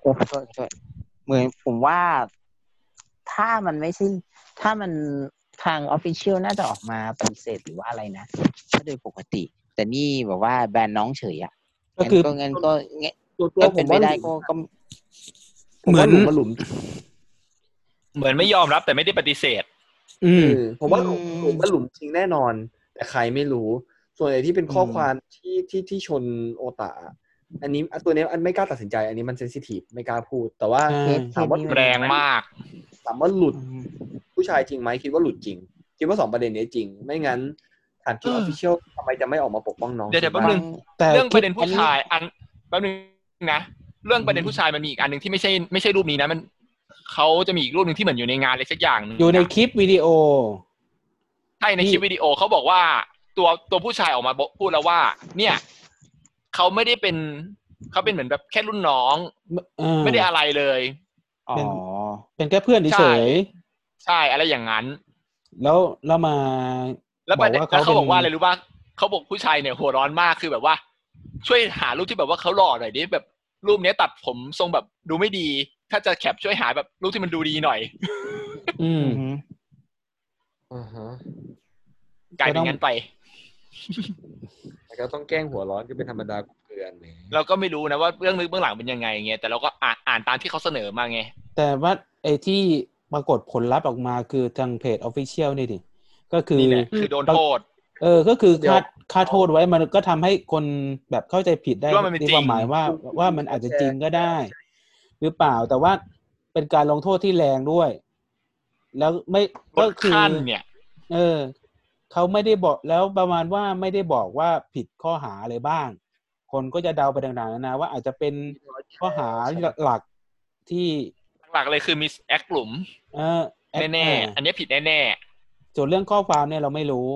G: โอ้โทษโทษเหมือนผมว่าถ้ามันไม่ใช่ถ้ามันทางออฟฟิเชียลน่าจะออกมาปฏิเสธหรือว่าอะไรนะก็โดยปกติ แต่นี่แบบว่าแบรนด์น้องเฉยอ่ะ
B: ก็คือ
G: งั้นก็งั้นก็
A: ตัวตั
G: ก็
A: วผ
G: เป็
A: ม
G: นไป
A: ว่า
G: ได้ก็ก็
A: ผมว่าหลุมมาหลุม
E: เหมือนไม่ยอมรับแต่ไม่ได้ปฏิเสธ
B: อืม
A: เออผมว่าหลุมหลุมมาหลุมจริงแน่นอน แต่ใครไม่รู้ ส่วนไอ้ที่เป็นข้ออ
B: ม
A: ความที่ที่ที่ชนโอตาอันนี้อันตัวเนี้ยอันไม่กล้าตัดสินใจ อันนี้มันเซนซิทีฟไม่กล้าพูด แต่ว่า
B: ใช่
A: ถามว่า
G: เทปนี้น
E: แรงมาก
A: ถามว่าหลุด
B: อืม
A: ผู้ชายจริงไหมคิดว่าหลุดจริง คิดว่าสองประเด็นนี้จริง ไม่งั้นฐานที่อ
E: เออ
A: อฟฟิเชียลทำไมจะไม่ออกมาปกป้องน้อง
E: เดี๋ยวเดี๋ยวแป๊บ
A: บ้า
E: นึง
B: แต่
E: เรื่องประเด็น
B: คลิ
E: ผู้
B: อั
E: ชายอันแป๊บนึงนะเรื่องประเด็นผู้ชายมันมีอีกอันหนึ่งที่ไม่ใช่ไม่ใช่รูปนี้นะมันเขาจะมีอีกรูปหนึ่งที่เหมือนอยู่ในงานเลยสักอย่างหนึง
B: อยู่ใน
E: นะ
B: คลิปวิดีโอ
E: ใช่ในคลิปวิดีโอเขาบอกว่า ตัวตัวผู้ชายออกมาบอกพูดแล้วว่า เนี่ยเขาไม่ได้เป็นเขาเป็นเหมือนแบบแค่รุ่นน้อง
B: เออ
E: ไม่ได้อะไรเลย
B: อ๋อ เป็นแค่เพื่อน
E: ใช่
B: เฉย
E: ใช่อะไรอย่างนั้น
B: ๆแล้วแล้วมา
E: แล้วประเด็น
B: บอกว่าเขา
E: แล้วเขาบอกว่า
B: เป็น
E: อะไรรู้ป่ะเขาบอกผู้ชายเนี่ยหัวร้อนมากคือแบบว่า ช่วยหารูปที่แบบว่าเขาหล่อหน่อยดิแบบรูปเนี้ยตัดผมทรงแบบดูไม่ดี ถ้าจะแคปช่วยหาแบบรูปที่มันดูดีหน่อย
B: อืม
G: อือฮึ
A: อ่าฮะ
E: กลายเป็นงั้นไป
A: แต่ก็ต้องแกล้งหัวร้อนก็เป็นธรรมดากูเกินเลย
E: เราก็ไม่รู้นะว่าเรื่องลึกเบื้องหลังเป็นยังไงเงี้ยแต่เราก็อ่านอ่านตามที่เขาเสนอมาไง
B: แต่ว่าไอ้ที่ปรากฏผลลัพธ์ออกมาคือทางเพจออฟฟิเชียลนี่ดิก็คือ
E: นี่แหละคือโดนโทษ
B: เออ ก็คือค่าค่าโทษไว้มันก็ทำให้คนแบบเข้าใจผิดได้
E: ว่ามันเป็น
B: ตี
E: จริง
B: ความหมายว่าว่ามันอาจจะจริงก็ได้ หรือเปล่าแต่ว่าเป็นการลงโทษที่แรงด้วย แล้วไม่
E: ล
B: ก็
E: ด
B: คือ
E: ขั้นเนี่ย
B: เออเขาไม่ได้บอกแล้วประมาณว่าไม่ได้บอกว่าผิดข้อหาอะไรบ้าง คนก็จะเดาไปต่างๆนานาว่าอาจจะเป็นข้อหาหลักที่
E: หลักๆเลยคือมีแอคหลุม
B: เออ
E: แน่ๆอันเนี้ยผิดแน่
B: ๆส่วนเรื่องข้อความเนี่ยเราไม่รู้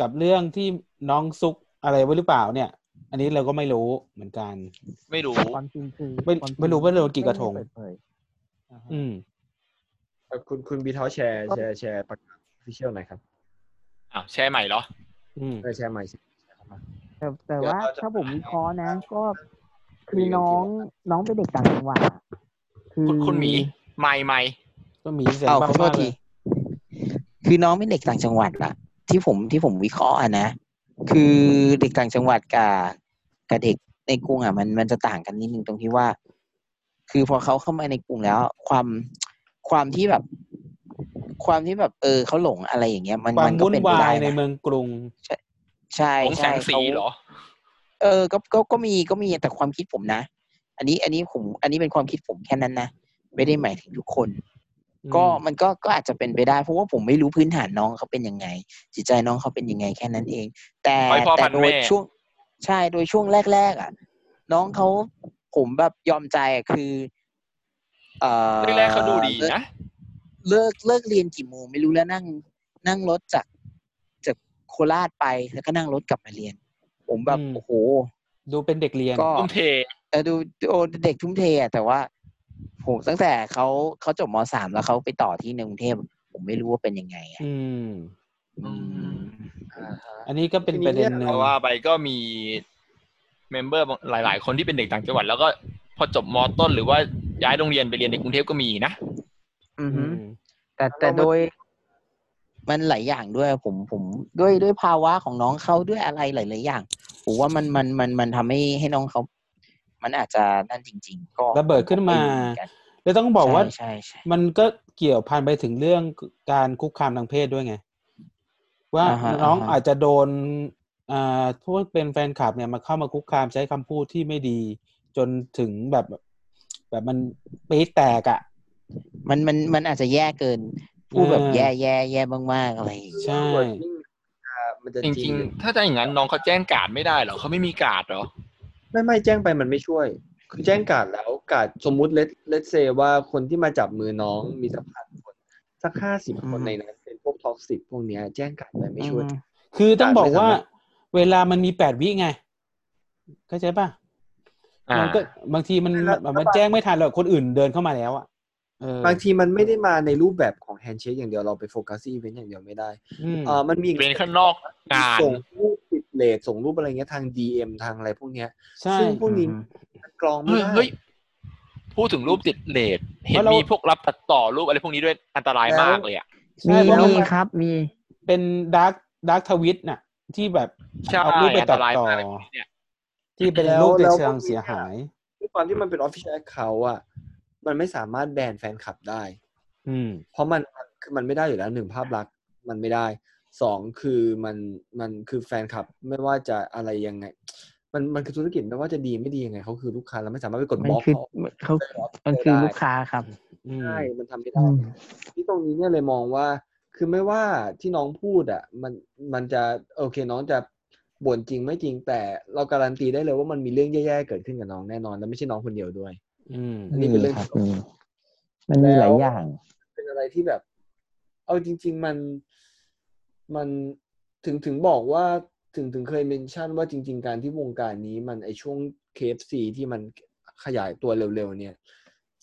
B: กับเรื่องที่น้องซุกอะไรไว้หรือเปล่าเนี่ย อันนี้เราก็ไม่รู้เหมือนกัน
E: ๆไม่รู้
G: ความจริงคือ
B: ไม่
G: ควจง
B: ไม่รู้ว่าโดนกี่กระทง
G: ไม่ได้เปิดเผยอ่าฮะ
B: อืม
A: คุณคุณบีเท้าแชร์แชร์แชร์ประกาศออฟฟิเชียลหน่อยครับ
E: อ้าวแชร์ใหม่เหรอ
B: อืม
A: เออแชร์ใหม่สิ
G: แต่แต่
A: เดี๋ยว
G: ว่า
A: เราจะ
G: ถ้าผม
A: หา
G: วิเคราะห์นะ ก็
A: คุย
G: คือ
A: กัน
G: น้อ
A: ที
G: ง
A: ละ
G: น้องเป็นเด็กต่างจังหวัดอะคือ
E: คุณคุณหมีไม่ไม่
B: ก็มีเสียง
G: เอ้า
B: เบา
G: ขอโทษ
B: มากเล
G: ที
B: ย
G: คือน้องเป็นเด็กต่างจังหวัดอะที่ผมที่ผมวิเคราะห์อะนะคือเด็กต่างจังหวัดกับกับเด็กในกรุงอะมันมันจะต่างกันนิดนึงตรงที่ว่า คือพอเขาเข้ามาในกรุงแล้ว ความความที่แบบ ความที่แบบ เออเขาหลงอะไรอย่างเงี้ย มัน
B: ควา
G: มั
B: ม
G: นก็
B: วุ่น
G: เป็นไป
B: วา
G: ได้
B: ยใน
G: นะ
B: เมืองกรุง
G: ใช่
E: ของแส
G: ใช่
E: งสี
G: เขา
E: เหรอ
G: เออก็ก็ ก็มี ก็มี แต่ความคิดผมนะ อันนี้ อันนี้ผม อันนี้เป็นความคิดผมแค่นั้นนะ ไม่ได้หมายถึงทุกคน
B: อืม
G: ก็ มันก็ ก็อาจจะเป็นไปได้ เพราะว่าผมไม่รู้พื้นฐานน้องเขาเป็นยังไง จิตใจน้องเขาเป็นยังไงแค่นั้นเอง แต่
E: ปล่อยพ่อ
G: แต่
E: ผ่าน
G: โดย
E: แม่
G: ช่วง ใช่ โดยช่วงแรก ๆ อ่ะ น้องเขาผมแบบยอมใจอะคือ เอ่อ
E: แรกๆเขาดูดีนะ
G: เลิกเลิกเรียนกี่โมงไม่รู้แล้วนั่ง นั่งรถจากจากโคราชไปแล้วก็นั่งรถกลับมาเรียน ผมแบบ
B: อืม
G: โอ้โห
B: ดูเป็นเด็กเรียน
G: ก็
E: ทุ่มเท
G: เออดูโอเด็กทุ่มเทอะแต่ว่าผมตั้งแต่เขาเขาจบมสามแล้วเขาไปต่อที่ในกรุงเทพผมไม่รู้ว่าเป็นยังไงอะ
B: อืม
E: อื
A: อ่าฮะ
B: อันนี้ก็เป็นประเด็นหนึ่
E: เพ
B: ง
E: ราะว่าไปก็มีเมมเบอร์หลาย ๆ คนที่เป็นเด็กต่างจังหวัด แล้วก็พอจบมต้น หรือว่าย้ายโรงเรียนไปเรียนในกรุงเทพก็มีนะ
G: อือ
B: อื
G: ฮึ
B: ม
G: แต่แต่
A: เรามา
G: โดย มันหลายอย่างด้วย ผมผมด้วยด้วยภาวะของน้องเขาด้วยอะไรหลาย ๆ อย่างผมว่ามันมันมันมันทำให้ให้น้องเขา มันอาจจะนั่นจริง ๆ ก็
B: ระเบิดขึ้นมา
G: ไรู้เหอนกัน
B: แล้วต้องบอกว่า
G: ใช่ใช่ใช่
B: มันก็เกี่ยวพันไปถึงเรื่องการคุกคามทางเพศด้วยไง ว่า
G: อ่าฮะ
B: น้อง
G: อ่าฮะ
B: อาจจะโดนอ่าพวกเป็นแฟนคลับเนี่ยมาเข้ามาคุกคามใช้คำพูดที่ไม่ดี จนถึงแบบ แบบมันปี๊ดแตกอะ่ะ
G: มันมันมันอาจจะแย่เกิน พูดแบบ
B: อ่า
G: แย่แย่แย่มากๆอะไรอย่างเงี้ย
B: ใช่
A: มันจะจ
E: จริ
A: ริ
E: ง
A: ง
E: ๆ ถ้าจะอย่างนั้นน้องเขาแจ้งการ์ดไม่ได้เหรอเขาไม่มีการ์ดเหรอ
A: ไม่ไม่แจ้งไปมันไม่ช่วย คือแจ้งการ์ดแล้วการ์ดสมมุติเล s เลสเซว่าคนที่มาจับมือน้องมีสักพันคน สักห้าสิบคน
G: อืม
A: ในนั้นเป็นพวกท็อกซิพวกเนี้ยแจ้งการ์ดไปไม่ช่วย
G: อืม
B: คือต้องบอกว่า
A: ไม่สามารถ
B: เวลามันมีแปดวิไงเข้าใจป่ะ
E: อ่ามั
B: มันก็บางทีมัน
A: แล้ว
B: แบบ
A: แล้ว
B: มันแจ้งไม่ทันหรอกคนอื่นเดินเข้ามาแล้วอ่ะเออบ
A: างทีมันไม่ได้มาในรูปแบบของแฮนด์เชคอย่างเดียวเราไปโฟกัสที่อีเวนต์อย่างเดียวไม่ได้
B: อืม
A: เออมันมี
E: เป็นข้างนอกงาน
A: ส่งรูปติดเลทส่งรูปอะไรเงี้ยทาง DM ทางอะไรพวกเนี้ย
B: ใช่
A: ซึ่งพวกนี้มันกรองไม่
E: เฮ้
A: ได้
E: ยเฮ้ยพูดถึงรูปติดเลทเห็
B: เพ
E: น
B: ราะเรามี
E: มีพวกรับตัดต่อรูปอะไรพวกนี้ด้วยอันตรายมากเลยอ่ะ
B: ใช่
G: มี
B: เพราะมัน
G: มีครับมี
B: เป็นดาร์กดาร์กทวิตน่ะ ที่แบบ
E: ใช่
B: เอารูปไป
E: อันต
B: ตัด
E: ราย
B: ต่อ
E: มากเลยพวกนี้เนี่ย
B: ที่เป็นรูปในเชิงเสียหาย
A: ความที่มันเป็น Official Account อ่ะ มันไม่สามารถแบนแฟนคลับได้
B: อืม
A: เพราะมันคือมันไม่ได้อยู่แล้วหนึ่งภาพลักษณ์มันไม่ได้สองคือมันมันคือแฟนคลับไม่ว่าจะอะไรยังไง มันมันคือธุรกิจไม่ว่าจะดีไม่ดียังไงเขาคือลูกค้าเราไม่สามารถไปกดบ
G: มัน
A: ล็อก
G: คือ
A: เขาไป
G: เขา
A: บล็อก
G: มันคือ
A: ได้
G: ลูกค้าครับ
B: อืม
A: ใช่มันทำไม่ได้ ที่ตรงนี้เนี่ยเลยมองว่า คือไม่ว่าที่น้องพูดอ่ะ มันมันจะโอเคน้องจะบ่นจริงไม่จริงแต่เราการันตีได้เลยว่ามันมีเรื่องแย่ๆเกิดขึ้นกับน้องแน่นอนและไม่ใช่น้องคนเดียวด้วย
B: อืม
A: อันนี้เป็นเรื่อง
G: ครับมีมันมีหลายอย่าง
A: เป็นอะไรที่แบบ เอาจริง ๆ มันมันถึงถึงบอกว่าถึงถึงเคยเมนชั่นว่าจริง ๆ การที่วงการนี้มันไอช่วง KFC ที่มันขยายตัวเร็ว ๆ เนี่ย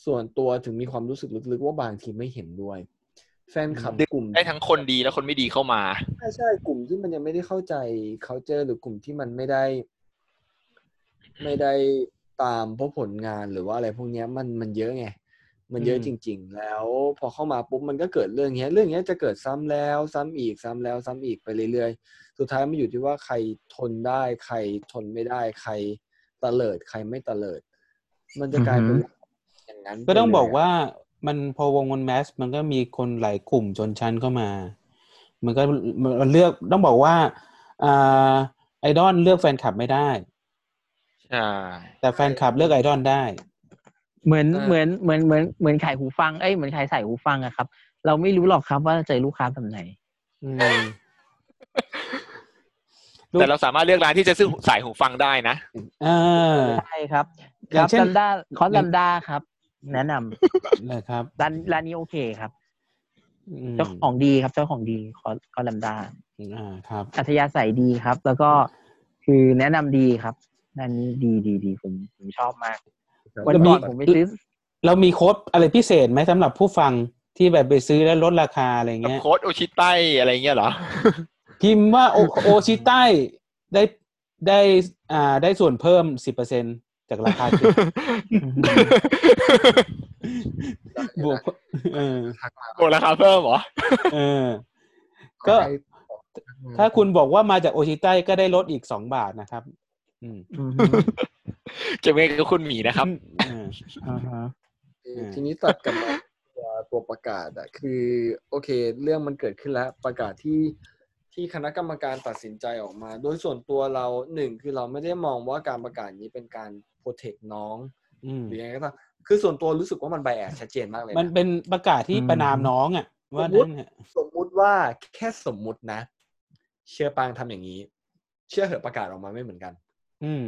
A: ส่วนตัวถึงมีความรู้สึกลึก ๆ ว่าบางทีไม่เห็นด้วย แฟนคลับ
B: อืม
A: กลุ่ม
E: ได้ทั้งคนดีและคนไม่ดีเข้ามา
A: ใช่ใช่กลุ่มที่มันยังไม่ได้เข้าใจ culture หรือกลุ่มที่มันไม่ได้ ไม่ได้ตามเพราะผลงานหรือว่าอะไรพวกเนี้ยมันมันเยอะไง มันเยอะ
B: อืม
A: จริง ๆ แล้วพอเข้ามาปุ๊บมันก็เกิดเรื่องเงี้ย เรื่องเงี้ยจะเกิดซ้ำแล้วซ้ำอีกซ้ำแล้วซ้ำอีกไปเรื่อยๆ สุดท้ายมันอยู่ที่ว่าใครทนได้ ใครทนไม่ได้ ใครตะเลิด ใครไม่ตะเลิด มันจะกลายเป็น
G: อือหือ
A: อย่างนั้นไป
B: ก็ต้องบอก
A: เลยะ
B: ว่ามันพอวงมันแมสมันก็มีคนหลายกลุ่มชนชั้นเข้ามา มันก็มันเลือกต้องบอกว่าอ่าไอดอลเลือกแฟนคลับไม่ได้
E: ใช่
B: แต่แฟนคลับเลือกไอดอลได้
G: เหมือน
A: อ่า
G: เหมือนเหมือนเหมือนเหมือนขายหูฟังเอ้ยเหมือนขายสายหูฟังอะครับ เราไม่รู้หรอกครับว่าเจอลูกค้าแบบไหน
B: อืม ลูก
E: แต่เราสามารถเลือกร้านที่จะซื้อสายหูฟังได้นะ
B: อ่า
G: ใช่ครับ
B: อ
G: ค
B: ย่า
G: รั
B: ง
G: บ
B: เช่น
G: ลัมด้าคอสลัมด้าครับ แนะนำ
B: เลยครับ
G: ร้านร้านนี้โอเคครับ
B: อืม
G: เจ้าของดีครับ เจ้าของดีคอสคอสลัมด้า
B: อ่าครับ
G: อัธยาศัยดีครับ แล้วก็คือแนะนำดีครับร้านนี้ดีดีดีผมผมชอบมาก วันก่อนผมไปซื้อ
B: เรามีโค้ดอะไรพิเศษไหมสำหรับผู้ฟังที่แบบไปซื้อแล้วลดราคาอะไร
E: กับ
B: เงี้ย
E: โค้ดโอชิไต้อะไรเงี้ยเหรอ
B: พิมพ์ว่าโอโอชิใต้ได้ได้อ่าได้ส่วนเพิ่มสิบเปอร์เซ็นจากราคาเดิม บวกเออ
E: โกดราคาเพิ่มเหรอ
B: เออ ก็ถ้าคุณบอกว่ามาจากโอชิใต้ก็ได้ลดอีกสองบาทนะครับ อืม
G: อืม
E: จะไม่ก็คุณหมีนะครับ
B: เออ
G: อ่าฮะ
A: เออ
B: อ่า
A: ทีนี้ตัดกลับมาตัวตัวประกาศอะคือ โอเค เรื่องมันเกิดขึ้นแล้ว ประกาศที่ที่คณะกรรมการตัดสินใจออกมา โดยส่วนตัวเราหนึ่งคือเราไม่ได้มองว่าการประกาศนี้เป็นการโปรเทคน้อง
B: อืม
A: หรือยังไงก็ตามคือส่วนตัวรู้สึกว่ามันไบแอสชัดเจนมากเลย
B: มัน
A: นะ
B: เป็นประกาศที่ประนามน้องอ่ะ ว่านั่นเนี่ย
A: สมมุติว่าแค่สมมุตินะ เชื่อปางทำอย่างนี้ เชื่อเหอะประกาศออกมาไม่เหมือนกัน
B: อืม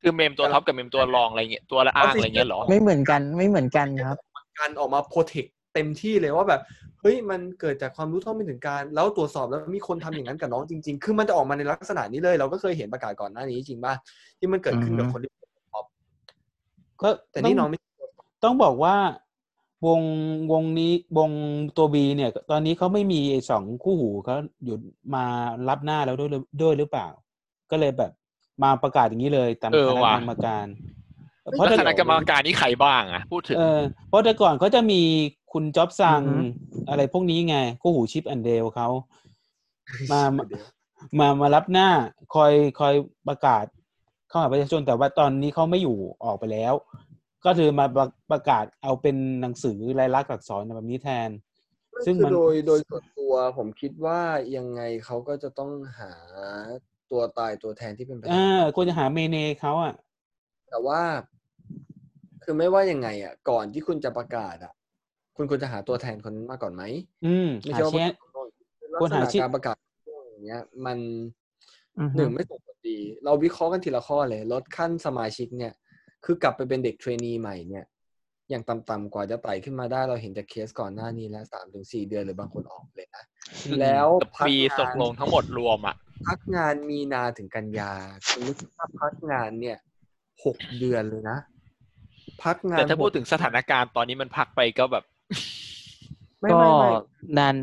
E: คือเมมตัวท็อปกับเมมตัวรองอะไรเงี้ยตัวละอ้างอะไรเงี้ยเหรอ
G: ไม่เหมือนกันไม่เหมือนกันครับ
A: การออกมาโปรเทคเต็มที่เลยว่าแบบเฮ้ยมันเกิดจากความรู้เท่าไม่ถึงการ แล้วตรวจสอบแล้วมีคนทำอย่างนั้นกับน้องจริง ๆ คือมันจะออกมาในลักษณะนี้เลย เราก็เคยเห็นประกาศก่อนหน้านี้จริงป่ะที่มันเกิดขึ้นกับ
G: อือ
A: ค
G: ฮึ
A: นที่ท็อป
B: ก็
A: แต่นี่น้องไม่
B: ต้องบอกว่าวงวงนี้วงตัวบีเนี่ย ตอนนี้เขาไม่มีไอ้สองคู่หูเขาหยุดมารับหน้าแล้วด้วยหรือด้วยหรือเปล่า ก็เลยแบบมาประกาศอย่างนี้เลยตาม
E: เออ
B: คณะ
E: ว่ะ
B: กรรมการ
E: แล้ว
B: แต่
E: คณะกรรมการนี้ใครบ้างอ่ะ พูดถึง
B: เออเพราะแต่ก่อนเขาจะมีคุณจ๊อบซัง
G: อือฮึ
B: อะไรพวกนี้ไง คู่หูชิปแอนเดลเขามามา
A: เดี๋ยว
B: มามารับหน้าคอยคอยประกาศเข้าหาประชาชนแต่ว่าตอนนี้เขาไม่อยู่ออกไปแล้ว ก็คือมาประประกาศเอาเป็นหนังสือลายลักษณ์อักษรแบบนี้แทน ซึ่ง
A: คือ
B: มัน
A: โดยโดยส่วนตัวผมคิดว่ายังไงเขาก็จะต้องหาตัวตายตัวแทนที่เป็นประชา
B: อ่า
A: ชน
B: ควรจะหาเมเนเขาอ่ะ
A: แต่ว่า คือไม่ว่ายังไงอ่ะ ก่อนที่คุณจะประกาศอ่ะ คุณควรจะหาตัวแทนคนนั้นมาก่อนไหม
B: อืม
A: ไม่
B: หา
A: ใช่ว่า
B: เช่น
A: ลัก
B: ค
A: ษ
B: นหา
A: ณะ
B: ชื่อ
A: การประกาศอย่างเงี้ย มัน
G: อือฮึ
A: หนึ่งไม่ส่งผลดี เราวิเคราะห์กันทีละข้อเลย ลดขั้นสมาชิกเนี่ย คือกลับไปเป็นเด็กเทรนนีใหม่เนี่ย อย่างต่ำๆกว่าจะไต่ขึ้นมาได้เราเห็นจากเคสก่อนหน้านี้แล้วสามถึงสี่เดือนหรือบางคนออกเลยนะ แล้ว
E: กับ
A: พัก
E: ปี
A: งา
E: ส่งลง
A: น
E: ทั้งหมดรวมอ่ะ
A: พักงานมีนาถึงกันยาคุณนึกภาพพักงานเนี่ยหกเดือนเลยนะ พักงาน
E: แต่ถ้าพูด
A: หก
E: ถึงสถานการณ์ตอนนี้มันพักไปก็แบบ
A: ไม่
G: ก็
A: ไม่ไม่
G: นาน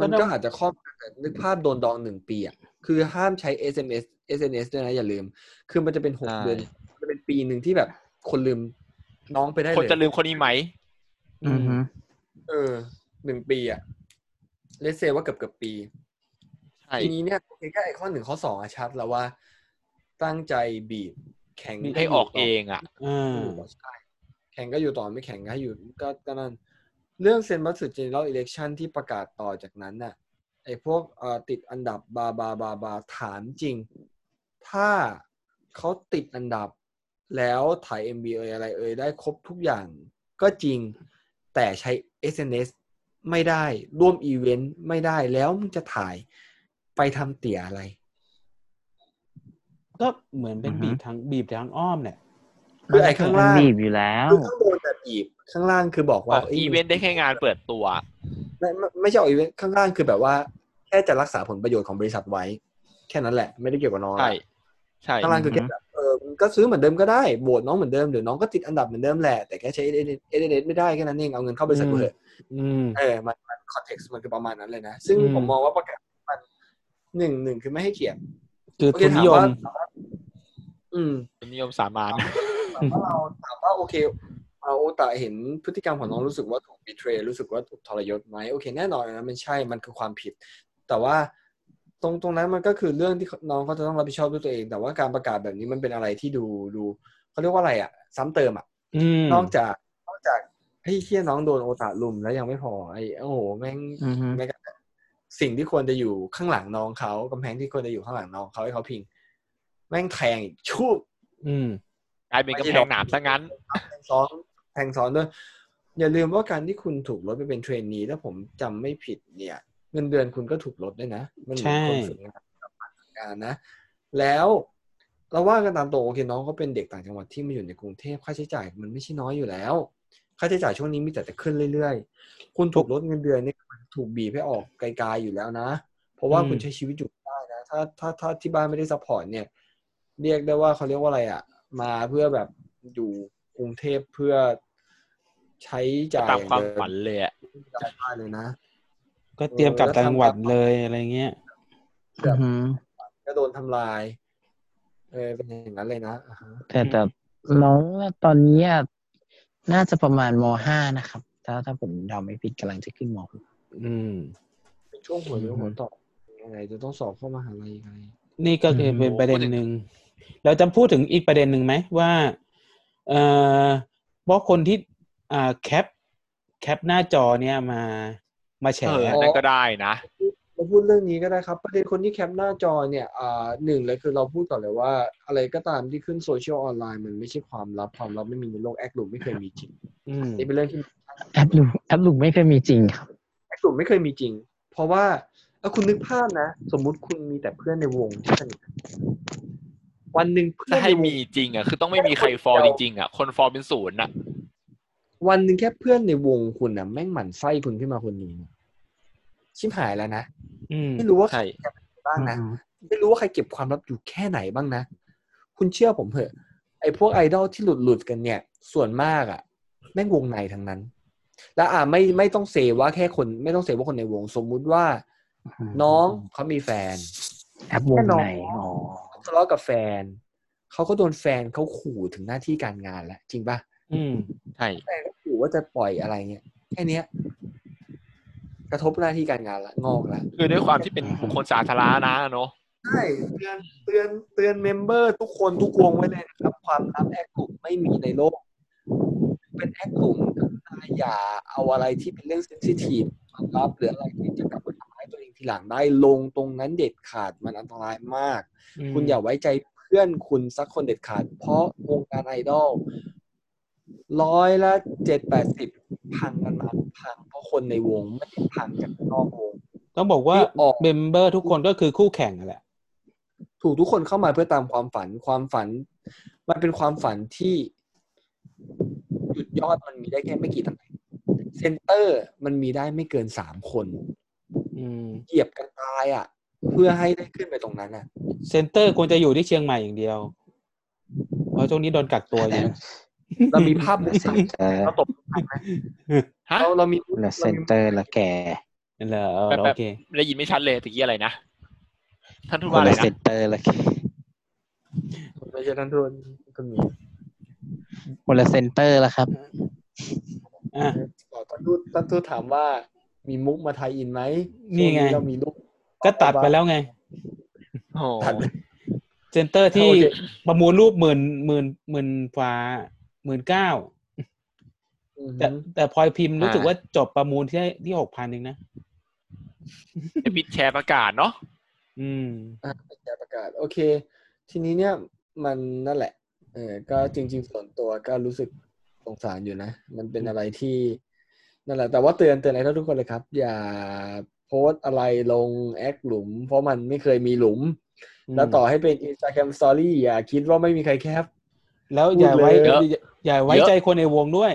A: มันก็อาจจะครอบแต่นึกภาพโดนดองหนึ่งปีอ่ะ คือห้ามใช้ SMS SNS ด้วยนะอย่าลืม คือมันจะเป็นหก
E: ใช่
A: เดือน มันจะเป็นปีหนึ่งที่แบบคนลืมน้องไปได้เลย
E: คนจะลืมคนนี้ไหม
B: อืม
A: เออหนึ่งปีอ่ะเลเซว่าเกือบเกือบปี
E: ใช่
A: ทีนี้เนี่ยโอเคก็ไอข้อหนึ่งข้อสองอะชัดแล้วว่า ตั้งใจบีบ แข่ง
E: ให้ออกเองอ่ะ
B: อ่า
A: ใช่แข่งก็อยู่ต่อไม่แข่งก็ให้อยู่ก็ก็นั่น เรื่องเซนบัตสึเจเนอเรลอิเล็กชันที่ประกาศต่อจากนั้นน่ะไอ้พวกเอ่อติดอันดับบาบาบาบาถามจริง ถ้าเขาติดอันดับแล้วถ่าย MB เอ่ยอะไรเอ่ยได้ครบทุกอย่างก็จริงแต่ใช้ SNS ไม่ได้ร่วมอีเวนต์ไม่ได้แล้วมึงจะถ่ายไปทำเตี่ยอะไร
B: ก็เหมือนเป็น
G: อือฮึ
B: บีบทางบีบทางอ้อมแหละ
A: คือไอ้ข้างล่าง
G: มันบีบอยู่แล้ว
A: คือข้างบนจะบีบข้างล่างคือบอก
E: อ
A: ว่า
E: อก
A: ย
E: อีเวนต์ได้แค่งานเปิดตัว
A: ไม่ไม่ไม่ใช่ออกอีเวนต์ข้างล่างคือแบบว่า แค่จะรักษาผลประโยชน์ของบริษัทไว้ แค่นั้นแหละ ไม่ได้เกี่ยวกับน้อง
E: ใช่ ใช่
A: ข้างล่างคือแค่แบบเออมึงก็ซื้อเหมือนเดิมก็ได้โบสน้องเหมือนเดิมเดี๋ยวน้องก็ติดอันดับเหมือนเดิมแหละแต่แค่ใช้เอเดเไม่ได้แค่นั้นเองเอาเงินเข้าบริษัทกูเถอะ
B: อืม
A: เออมันมันคอนเท็กซ์มันคือประมาณนั้นเลยนะ ซึ่ง
B: อืม
A: ผมมองว่าประกาศมันหนึ่งหนึ่งคือไม่ให้เขียน
B: คือทุนนิยม
A: ถามว่าอืม
E: นิยมสามาน
A: ถามว่าเราถามว่าโอเคเอาโอตาเห็นพฤติกรรมของน้องรู้สึกว่าถูกบีเทรรู้สึกว่าถูกทรยศไหมโอเคแน่นอนอันนะมันใช่มันคือความผิด แต่ว่าตรงตรงนั้นมันก็คือเรื่องที่น้องเขาจะต้องรับผิดชอบด้วยตัวเอง แต่ว่าการประกาศแบบนี้มันเป็นอะไรที่ดูดูเขาเรียกว่าอะไรอะซ้ำเติมอะ
B: อืม
A: นอกจากนอกจากเฮ้ยเชี่ยน้องโดนโอตาลุมแล้วยังไม่พอไอ้โอ้โหแม่ง
G: อือฮึ
A: แม่งสิ่งที่ควรจะอยู่ข้างหลังน้องเขากำแพงที่ควรจะอยู่ข้างหลังน้องเขาให้เขาพิง แม่งแทงอีกชูบ
B: อืม
E: กลายเป็นกำแพงหนามซะงั้น
A: แทงซ้อนแทงซ้อนด้วยอย่าลืมว่าการที่คุณถูกลดไปเป็นเทรนนีถ้าผมจำไม่ผิดเนี่ย เงินเดือนคุณก็ถูกลดด้วยนะ มันเหมือนคน
B: ใช่
A: ฝึกงานกับพนักงานนะ แล้วเราว่ากันตามตรงโอเคน้องเขาเป็นเด็กต่างจังหวัดที่มาอยู่ในกรุงเทพค่าใช้จ่าย มันไม่ใช่น้อยอยู่แล้ว ค่าใช้จ่ายช่วงนี้มีแต่จะขึ้นเรื่อยๆ คุณถูกลดเงินเดือนเนี่ยมันถูกบีบให้ออกไกลๆอยู่แล้วนะ เพราะว่า
B: อืม
A: คุณใช้ชีวิตอยู่ไม่ได้นะ ถ้าถ้าถ้าที่บ้านไม่ได้ซัพพอร์ตเนี่ย เรียกได้ว่าเขาเรียกว่าอะไรอะมาเพื่อแบบอยู่กรุงเทพเพื่อใช้จ่าย
E: ตามความ
A: อย่งเดีย
E: ฝันเลยอะ
A: ไม่ได้เลยนะ
B: ก็เตรียมกลับต่างจังหวัดเลยอะไรเงี้ย
A: ครับ
G: อือฮึ
A: ก็โดนทำลาย เออเป็นอย่างนั้นเลยนะอ่าฮะ
G: แต่แต่น้องตอนเนี้ยน่าจะประมาณมห้านะครับ ถ้าถ้าผมเดาไม่ผิดกำลังจะขึ้นมหก
B: อืม
A: เป็นช่วงหัวเรียว
G: อือฮึ
A: หัวต่อยังไงจะต้องสอบเข้ามหาลัยยังไง
B: นี่ก็คือเป็นประเด็นหนึ่ง เราจะพูดถึงอีกประเด็นหนึ่งไหมว่า เออเพราะคนที่อ่าแคป แคปหน้าจอเนี่ยมามาแฉ
E: เออนั่นก็ได้นะ
A: เราพูดเรื่องนี้ก็ได้ครับ ประเด็นคนที่แคปหน้าจอเนี่ยอ่าหนึ่งเลยคือเราพูดก่อนเลยว่า อะไรก็ตามที่ขึ้นโซเชียลออนไลน์มันไม่ใช่ความลับความลับไม่มีในโลกแอคหลุมไม่เคยมีจริง
B: อืม
A: นี่เป็นเรื่องที่
G: แอปลูกแอปลูกไม่เคยมีจริงครับ
A: ไอ้กลุ่มไม่เคยมีจริง เพราะว่าเอาคุณนึกภาพนะ สมมุติคุณมีแต่เพื่อนในวงที่สนิทวันหนึ่งเพื่อ
E: ถ้าน ให้
A: ในวง
E: มีจริงอ่ะ คือต้องไม่มีใครฟอลจริงๆอ่ะ คนฟอลเป็นศูนย์อ่ะ
A: วันหนึ่งแค่เพื่อนในวงคุณนะแม่งหมั่นไส้คุณขึ้นมาคนหนึงชิบหายแล้วนะ
B: อืม
A: ไม่รู้ว่าใคร
E: ใช่
A: บ้างนะไม่รู้ว่าใครเก็บความลับอยู่แค่ไหนบ้างนะ คุณเชื่อผมเถอะ ไอ้พวกไอดอลที่หลุดหลุดๆกันเนี่ย ส่วนมากอะแม่งวงในทั้งนั้น แล้วอ่าไม่ไม่ต้องเซว่าแค่คน ไม่ต้องเซว่าคนในวง สมมุติว่า น้องเขามีแฟน
G: แอปวงไหนอ๋อ
A: ทะเลาะกับแฟน เขาก็โดนแฟนเขาขู่ถึงหน้าที่การงานแล้ว จริงปะ
B: อืม
E: ใช่
A: แฟนเขาขู่ว่าจะปล่อยอะไรเงี้ยแค่เนี้ย กระทบหน้าที่การงานละงอกละ
E: คือด้วยความที่เป็นบุคคลสาธารณะเนอะ
A: ใช่เตือนเตือนเตือนเมมเบอร์ทุกคนทุกวงไว้เลยนะครับ ความลับแอคกลุ่มไม่มีในโลก เป็นแอคกลุ่มอย่าเอาอะไรที่เป็นเรื่องเซนซิทีฟความลับหรืออะไรที่จะกลับมาทำร้ายตัวเองทีหลังได้ลงตรงนั้นเด็ดขาดมันอันตรายมาก คุณอย่าไว้ใจเพื่อนคุณสักคนเด็ดขาด เพราะวงการไอดอลร้อยละเจ็ดแปดสิบพังกันมาพังเพราะคนในวงไม่ได้พังจากนอกวง
B: ต้องบอกว่า
A: ที่ออก
B: เมมเบอร์ทุกคนก็คือคู่แข่งนั่นแหละ
A: ถูกทุกคนเข้ามาเพื่อตามความฝันความฝัน มันเป็นความฝันที่จุดยอดมันมีได้แค่ไม่กี่ตำแหน่งเซนเตอร์มันมีได้ไม่เกินสามคน
B: อืม
A: เหยียบกันตายอ่ะ เพื่อให้ได้ขึ้นไปตรงนั้นอ่ะ
B: เซ็นเตอร์ควรจะอยู่ที่เชียงใหม่อย่างเดียว เพราะช่วงนี้โดนกักตัวอยู่
A: เรามีภาพมุ
G: และ
A: ม
G: เซ็นเตอร์
A: เราตบทันไหม
E: ฮะ
A: เราเรามี
G: และเซ็
A: เรา
G: น
A: มี
G: เตอร์และแก
B: เหรอเออโอเค
E: ได้ยินไม่ชัดเลยตะกี้อะไรนะ ท่านทูต
G: ค
E: ว่านอะไร
G: ละ
E: นะ
G: เซ็นเตอร์และแก
A: ไม่ใช่ท่านโทนก็มี
G: คนละเซ็นเตอร์และครับ
B: อ่ะ
A: ต่อท่านทูตท่านทูตถามว่ามีมุกมาไทยอินไหม
B: นี่ไง
A: ช่วเรามีลูก
B: ก็ตัดไปแล้วไง
E: โอ้โห
A: ตัด
B: เซนเตอร์ที่
A: โอเค
B: ประมูลรูปหมื่นหมื่นหมื่นฟ้าหมื่นเก้า
A: อือ
B: แต่
A: ฮึ
B: แต่พลอยพิมพ์รู้สึก
E: อ่า
B: ว่าจบประมูลที่ที่หกพันเองนะ
E: เดี๋ยวปิดแชร์ประกาศเนาะ
B: อืม
A: อ่ะแชร์ประกาศ โอเค ทีนี้เนี่ยมันนั่นแหละ เออก็จริง ๆ ส่วนตัวก็รู้สึกสงสารอยู่นะ มันเป็นอะไรที่นั่นแหละ แต่ว่าเตือนเตือนอะไรทุกคนเลยครับ อย่าโพสต์อะไรลงแอคหลุม เพราะมันไม่เคยมีหลุม
B: อืม
A: แล้วต่อให้เป็น Instagram Story อย่าคิดว่าไม่มีใครแคป
B: แล้วอย่าไว้
A: พูดเลย
B: อย่าอย่าไว้ใจคนในวงด้วย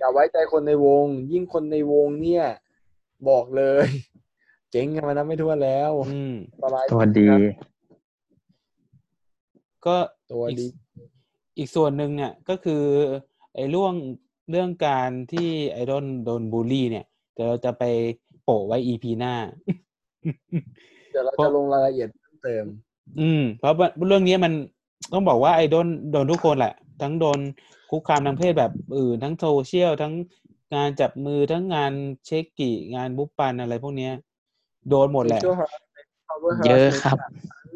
A: อย่าไว้ใจคนในวง ยิ่งคนในวงเนี่ย บอกเลย เจ๊งกันมานับไม่ทั่วนแล้ว
B: อืม
A: สบาย
G: สวัสดี
B: ก็
A: ตัว
B: อีก
A: ดี
B: อีกส่วนหนึ่งเนี่ยก็คือไอ้เรื่องเรื่องการที่ไอดอลโดนบูลลี่เนี่ยเดี๋ยวเราจะไปโปะไว้ EP หน้า
A: เดี๋ยวเรา
B: เพราะ
A: จะลงรายละเอียดเพิ่มเติม
B: อืม เพราะว่าเรื่องนี้มันต้องบอกว่าไอดอลโดนทุกคนแหละ ทั้งโดนคุกคามทางเพศแบบอื่น ทั้งโซเชียล ทั้งงานจับมือทั้งงานเช็คกิ งานบุ๊ปปันอะไรพวกเนี้ย โดนหมดแหละ
A: Sexual harassment, power
G: เย
A: harassment
G: อะครับ
A: จากทั้ง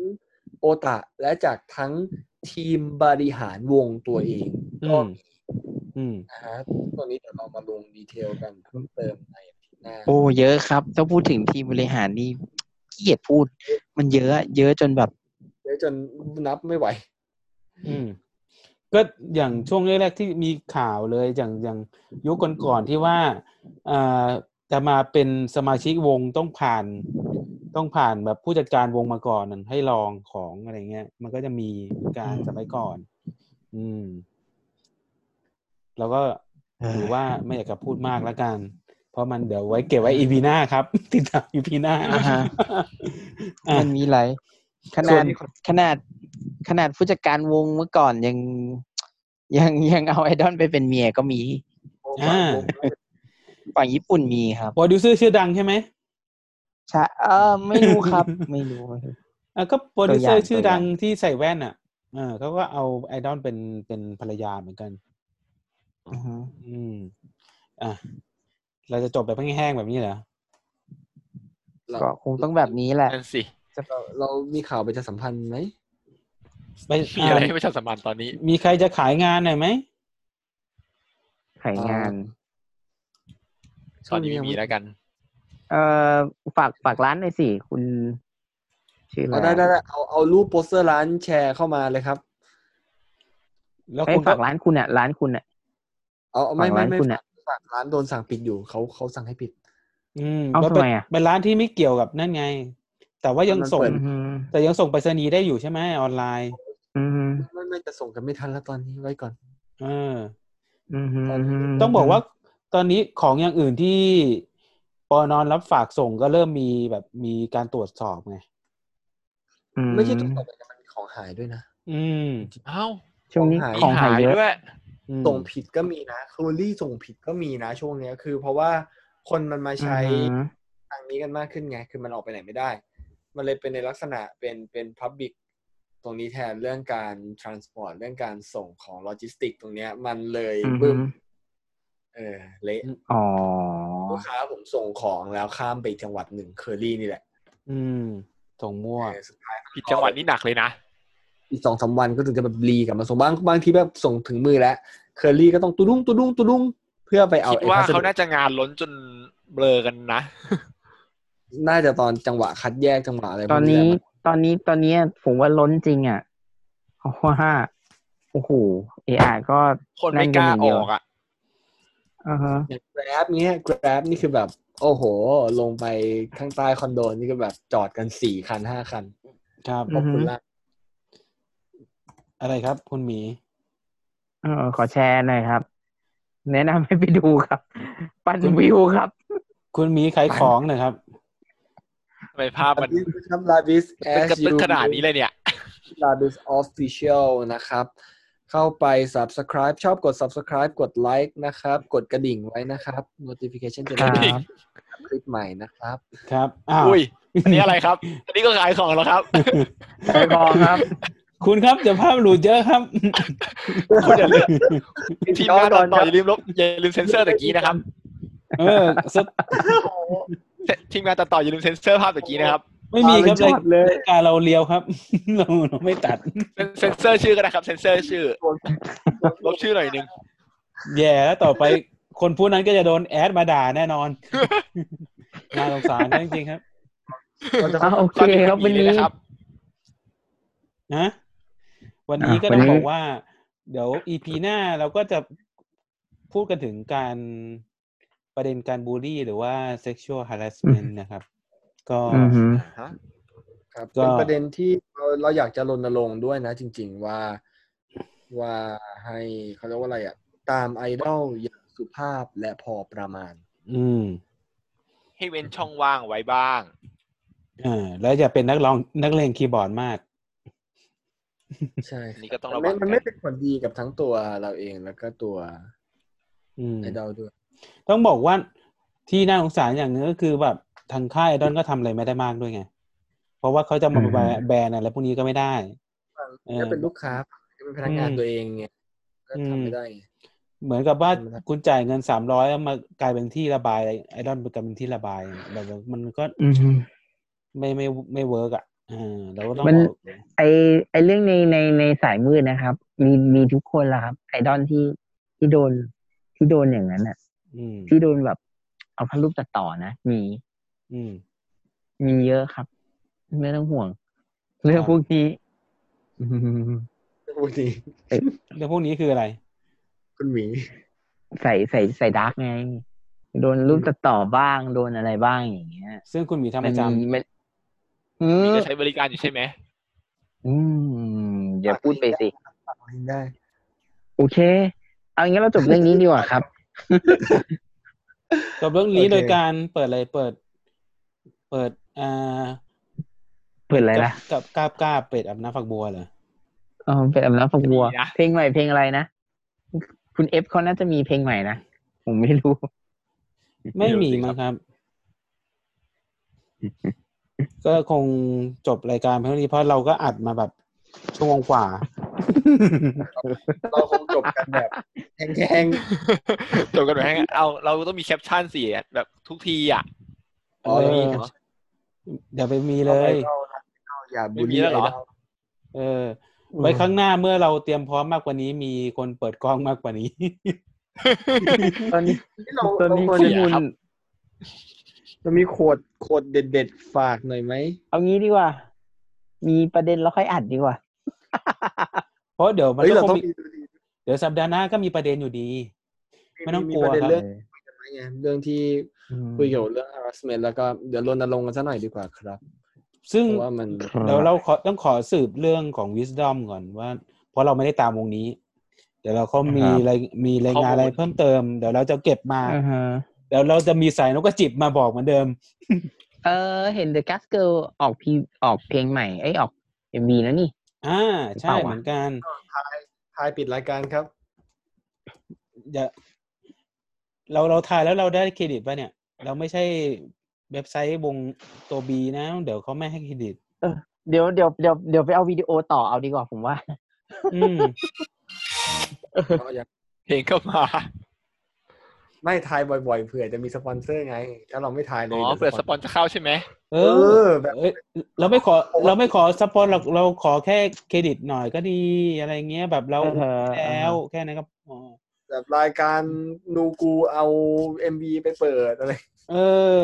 A: โอตะและจากทั้งทีมบริหารวงตัวเอง
B: อื
A: ก็
B: ม อืม
A: นะฮะตัวนี้เดี๋ยวเรามาลงดีเทลกันเพิ่มเติมในอาทิตย์หน้า
G: โอ้เยอะครับ ถ้าพูดถึงทีมบริหารนี่ขี้เกียจพูด มันเยอะ เยอะจนแบบ
A: เดี๋ยวจนนับไม่ไหว
B: อืมก็อย่างช่วงแรกๆที่มีข่าวเลยอย่างอย่างยุคก่อนๆที่ว่าเอ่อจะมาเป็นสมาชิกวงต้องผ่าน ต้องผ่านแบบผู้จัดการวงมาก่อนนั่นให้ลองของอะไรเงี้ย มันก็จะมีการสมัยก่อน อืม แล้วก็ถือว่าไม่อยากจะพูดมากแล้วกัน เพราะมันเดี๋ยวไว้เก็บไว้อีพีหน้าครับ ติดตามอีพีหน้า
G: อ่าฮะ
B: อ่ะ
G: มันมีหลายขนาดขนาดขนาดผู้จัดการวงเมื่อก่อนยังยังยังเอาไอดอลไปเป็นเมียก็มี
B: อ่า
G: ฝั่งญี่ปุ่นมีครับ
B: โปรดิวเซอร์ชื่อดังใช่ไหม
G: ใช่เออไม่รู้ครับ ไม่รู้
B: อ่ะก็โปรดิวเซอ
G: ตัวอ
B: ร์
G: ย่าง
B: ชื่อดัง
G: ตัวอย่าง
B: ที่ใส่แว่นอ่ะเออเขาก็เอาไอดอลเป็นเป็นภรรยาเหมือนกัน
G: อือฮึ
B: อืม อ่ะ เราจะจบแบบแห้งๆแบบนี้เหรอ
A: เรา
G: ก็คงต้องแบบนี้แหละ
E: นั่นสิ
A: เราเรามีข่าวประชาสัมพันธ์ไหม
B: ไป
E: มีอะไร
B: อ่ะ
E: ให้ประชาสัมพันธ์ตอนนี้
B: มีใครจะขายงานหน่อยไหม
G: ขายงาน
E: ตอนนี้ไม่มีแล้วกัน
G: เอ่อฝากฝากร้านหน่อยสิ คุณ ชื่อ
A: เอา
G: ร้า
A: ได้
G: น
A: ได้ได้เอาเอารูปโปสเตอร์ร้านแชร์เข้ามาเลยครับ
B: แล้ว
G: ให้
B: คุณก็
G: ฝากร้านคุณอ่ะ ร้านคุณอ่ะ
A: เอาเอาไม่ไม่
G: ฝากร้าน
A: ไม่
G: คุณอะ
A: ฝากร้านโดนสั่งปิดอยู่เขาเขาสั่งให้ปิด
B: อืม
G: เอา
B: แล้ว
G: ทำ
B: เป็น
G: ไมอ่ะ
B: เป็นร้านที่ไม่เกี่ยวกับนั่นไง แต่ว่ายัง
A: มัน
B: ส่ง
A: เปิด
G: อือฮึ
B: แต่ยังส่งไปรษณีย์ได้อยู่ใช่ไหมออนไลน์
G: อือฮึ
A: ไม่ไม่จะส่งกันไม่ทันแล้วตอนนี้ไว้ก่อน
B: เออ
G: อือฮึ
B: ต้องบอกว่าตอนนี้ของอย่างอื่นที่ปอนอนรับฝากส่งก็เริ่มมีแบบมีการตรวจสอบไง
G: อื
A: ไม่ใช่ตัวต่อไปนะมันมีของหายด้วยนะ
B: อืม
E: เอ้า
G: ช่วงนี้
A: ของหาย
G: ของหายเยอะ
E: ด้วย
B: อืม
A: ส่งผิดก็มีนะคูรี่ส่งผิดก็มีนะ ช่วงเนี้ยคือเพราะว่าคนมันมาใช้
G: อือฮึ
A: ทางนี้กันมากขึ้นไง คือมันออกไปไหนไม่ได้ มันเลยเป็นในลักษณะเป็นเป็นพับบิกตรงนี้แทนเรื่องการ transport เรื่องการส่งของโลจิสติก ตรงเนี้ย มันเลย
G: อือฮึ
A: บึ้มเออเละ
G: อ๋อ
A: ลูกค้าผมส่งของแล้วข้ามไปอีกจังหวัดหนึ่งเคอรี่นี่แหละ
B: อืมส่งมั่ว
A: เออสุดท้าย
E: ผิดจังหวัดนี่หนักเลยนะ
A: อีกสองสามวันก็ถึงจะแบบรีกลับมาส่งบางบางทีแบบส่งถึงมือแล้วเคอรี่ก็ต้องตุดุ้งตุดุ้งตุดุ้งเพื่อไปเอา
E: คิด
A: ไอ้
E: ว่า
A: พัสดุ
E: เขาน่าจะงานล้นจนเบลอกันนะ
A: น่าจะตอนจังหวะคัดแยกจังหวะอะไรพว
G: ตอ
A: ก
G: น
A: แห
G: นี้
A: ละ
G: ตอนนี้ตอนนี้ผมว่าล้นจริงอ่ะเพราะว่าโอ้โหเออาก็
E: คนไม่กล้าออกอ่ะ
G: อ่าฮะ
A: อย่าง Grab เนี้ย Grab นี่คือแบบ โอ้โห ลงไปข้างใต้คอนโดนี่ก็แบบจอดกันสี่คันห้าคัน
B: ครับ
A: ขอบคุณละ
B: อะไรครับ คุณหมี
G: เออขอแชร์หน่อยครับ แนะนำให้ไปดูครับ ปันวิวครับ
B: คุณหมีขายของหนะครับ
E: ทำไมภาพมัน
A: ครับ Labis
E: เป็น
A: as
E: กระตุ้น
A: you
E: ขนาดนี้เลยเนี่ย
A: Labis official นะครับ เข้าไป subscribe ชอบกด subscribe กด like นะครับ กดกระดิ่งไว้นะครับ notification จะได้
G: ครับ
A: รับคลิปใหม่นะครับ
B: ครับอ้าว
E: อุ้ย อันนี้อะไรครับ อันนี้ก็ขายของแล้ว ครับ
G: ขายของครับ
B: คุณครับจะภาพหลุดเยอะครับ
E: คุณอย่าลืมทีมงานตอนต่ออย่าลืมลบอย่าลืมเซ็ นเซอร์ตะกี้นะครับ
B: เออส
E: ทีมงานตัดต่ออย่าลืมเซ็นเซอร์ภาพตะกี้นะครับ
B: ไม่มีครับ
A: เอาเป็นช็อตเลย
B: รายการเราเลียวครับ เราเราไม่ตัด
E: เซนเซอร์ชื่อก็ได้ครับเซนเซอร์ชื่อลบชื่อหน่อยหนึง
B: แย่แล้วต่อไปคนผู้นั้นก็จะโดนแอดมาด่าแน่น อน น่าสงสารนะจริงๆครับ
A: เราจะ
G: อ่ะโอเคครับวันนี้
E: ครับ
B: นะวันนี้ก็
G: อ่ะวัน
B: ต้อ
G: นี้
B: งบอกว่า เดี๋ยวอีพีหน้าเราก็จะพูดกันถึงการประเด็นการบูลลี่หรือว่า sexual harassment นะครับ ก็
G: อือฮึ
A: ครับ
B: ก็
A: เป็นประเด็นที่เราเราอยากจะรณรงค์ด้วยนะ จริง ๆ ว่าว่าให้เขาเรียกว่าอะไรอ่ะ ตามไอดอลอย่างสุภาพและพอประมาณ
B: อืม
E: ให้เว้นช่องว่างไว้บ้าง
B: อ่าแล้วอย่าเป็นนักร้องนักเลงคีย์บอร์ดมาก
A: ใช่
E: อันนี้ก็ต้อง
A: มั
E: ระ
A: น
E: วั
A: ไม่
E: ง
A: มัน
E: กั
A: ไม่
E: น
A: เป็นผลดีกับทั้งตัวเราเองแล้วก็ตัว
B: อืม
A: ไอดอลด้วย
B: ต้องบอกว่าที่น่าสงสารอย่างหนึงก็คือแบบทางค่ายไอดอนก็ทำอะไรไม่ได้มากด้วยไง เพราะว่าเขาจะมา
G: อืม
B: แบนอะไรพวกนี้ก็ไม่ได้ เออ
A: ถ้าเป็นลูกค้าจะเป็นพนักงาน
B: อืม
A: ตัวเองไงก็ทำ
B: อื
A: ไม่
B: ม
A: ได้ไง
B: เหมือนกับว่า
A: ทำไม่ได้
B: คุณจ่ายเงินสามร้อยมากลายเป็นที่ระบายไอดอนกลายเป็นที่ระบายแบบมันก็
G: อือฮึ
B: ไม่ไม่ไม่เวิร์กอ่ะเออเราก็ต้อง
G: มัน
B: บอก
G: ไอไอเรื่องในในในสายมืดนะครับ มีมีทุกคนแหละครับ ไอดอลที่ที่โดนที่โดนอย่างนั้นอ่ะ
B: อืม
G: ที่โดนแบบ เอาพันรูปตัดต่อนะมี
B: อืม
G: มีเยอะครับ ไม่ต้องห่วง เรื่องพวกนี้
A: พูดดี
B: เรื่องพวกนี้คืออะไร
A: คุณหมี
G: ใส่ใส่ใส่ดาร์กไง โดนรูปตัดต่อบ้าง โดนอะไรบ้างอย่างเงี้ย
B: ซึ่งคุณหมีทำประจ
G: มันมีมันอื
E: มี
G: ม
E: จะใช้บริการอยู่ใช่ไหม
G: อืมอย่าพูดไปสิ
A: ได้
G: โอเค เอางี้เราจบเรื่องนี้ดีกว่าครับ
B: ำจบเรื่องนี้
A: โอเค
B: โดยการเปิดอะไรเปิด เปิดอ่า
G: เปิดอะไรล่ะ
B: กับกราบกราบเป็ดอาบน้ำฝักบัวเหรอ
G: เออเป็นอัลบั้มฝักบัว
E: มีนะ
G: เพลงใหม่เพลงอะไรนะ คุณเอฟเขาน่าจะมีเพลงใหม่นะ ผมไม่รู้
B: ไม่มีมั้งครับ ก็คงจบรายการเพียงเท่านี้เพราะเราก็อัดมาแบบชั่วโมงกว่า
A: เราคงจบกันแบบแห้ง
E: จบกันไปให้งั้นเอาเราต้องมีแคปชั่นสิแบบทุกทีอ่ะ
A: ๆอ๋อมี
B: เออ เดี๋ยวไปมีเลย
A: อาไอดอลนะเอาอย่าบูล
E: ไม่มี
A: ลี่
E: แล้วเหรอ
A: ไดล
B: เออ ไว้ครั้งหน้าเมื่อเราเตรียมพร้อมมากกว่านี้ มีคนเปิดกล้องมากกว่านี้
G: ตอนนี้
A: นี่เรา
G: ตอน
A: เรา
G: นี้
A: ควร
G: ข้อ
A: จะ
G: มูล
E: ครับ
A: เรามีโคดโคดเด็ดๆ ฝากหน่อยไหม
G: เอางี้ดีกว่า มีประเด็นแล้วค่อยอัดดีกว่า
B: เพราะเดี๋ยวมัน
A: เฮ้ย
B: ก็
A: เรา
B: คง
A: ต้อง
B: มี
A: มี
B: เดี๋ยวสัปดาห์หน้าก็มีประเด็นอยู่ดี ไม่ต้องกลัว
A: ประเด็น
B: ครับ
A: เรื่องกันไหมไงเรื่องที่คุยเกี่ยวกับเรื่อง harassment แล้วก็เดี๋ยวรณรงค์กันซะหน่อยดีกว่าครับ
B: ซึ่ง
A: เพราะว่ามัน
B: เดี๋ยวเราขอต้องขอสืบเรื่องของ wisdom ก่อนว่า เพราะเราไม่ได้ตามวงนี้ เดี๋ยวเราเขามี
G: ครับ
B: อะไรมีรายงานอะไรเพิ่มเติม เดี๋ยวเราจะเก็บมา
G: อ่าฮะ
B: เดี๋ยวเราจะมีสายนกกระจิบมาบอกเหมือนเดิม
G: เออ เห็น The Gas Girl ออกพีออกเพลงใหม่ไอยออกเอ็มบีแล้วนี่
B: อ่าใช่
G: เปล่าวะ
B: เหมือนกัน
A: ทายปิดรายการครับ
B: อย่าเราเราถ่ายแล้วเราได้เครดิตป่ะเนี่ย เราไม่ใช่เว็บไซต์วงตัวบีนะ เดี๋ยวเขาไม่ให้เครดิต
G: เดี๋ยวเดี๋ยวเดี๋ยวเดี๋ยวไปเอาวิดีโอต่อเอาดีกว่าผมว่า
B: อืม
E: เพลงก็มา
A: ไม่ทายบ่อยๆเผื่อจะมีสปอนเซอร์ไง ถ้าเราไม่ทายเล
E: อ๋
A: ย
E: อ
A: ดี๋ยว
E: เปิดสปอนจะเข้าใช่ไหม
B: เอ
A: เออ
B: อ
A: แบบ
B: เอ้ยเราไม่ขอ เราไม่ขอสปอนเราเราขอแค่เครดิตหน่อยก็ดีอะไรเงี้ยแบบเรา
G: เออเออ
B: แล้วแค่นั้นก็พอ
A: แบบรายการนูกูเอาเอ็มบีไปเปิดอะไร
B: เออ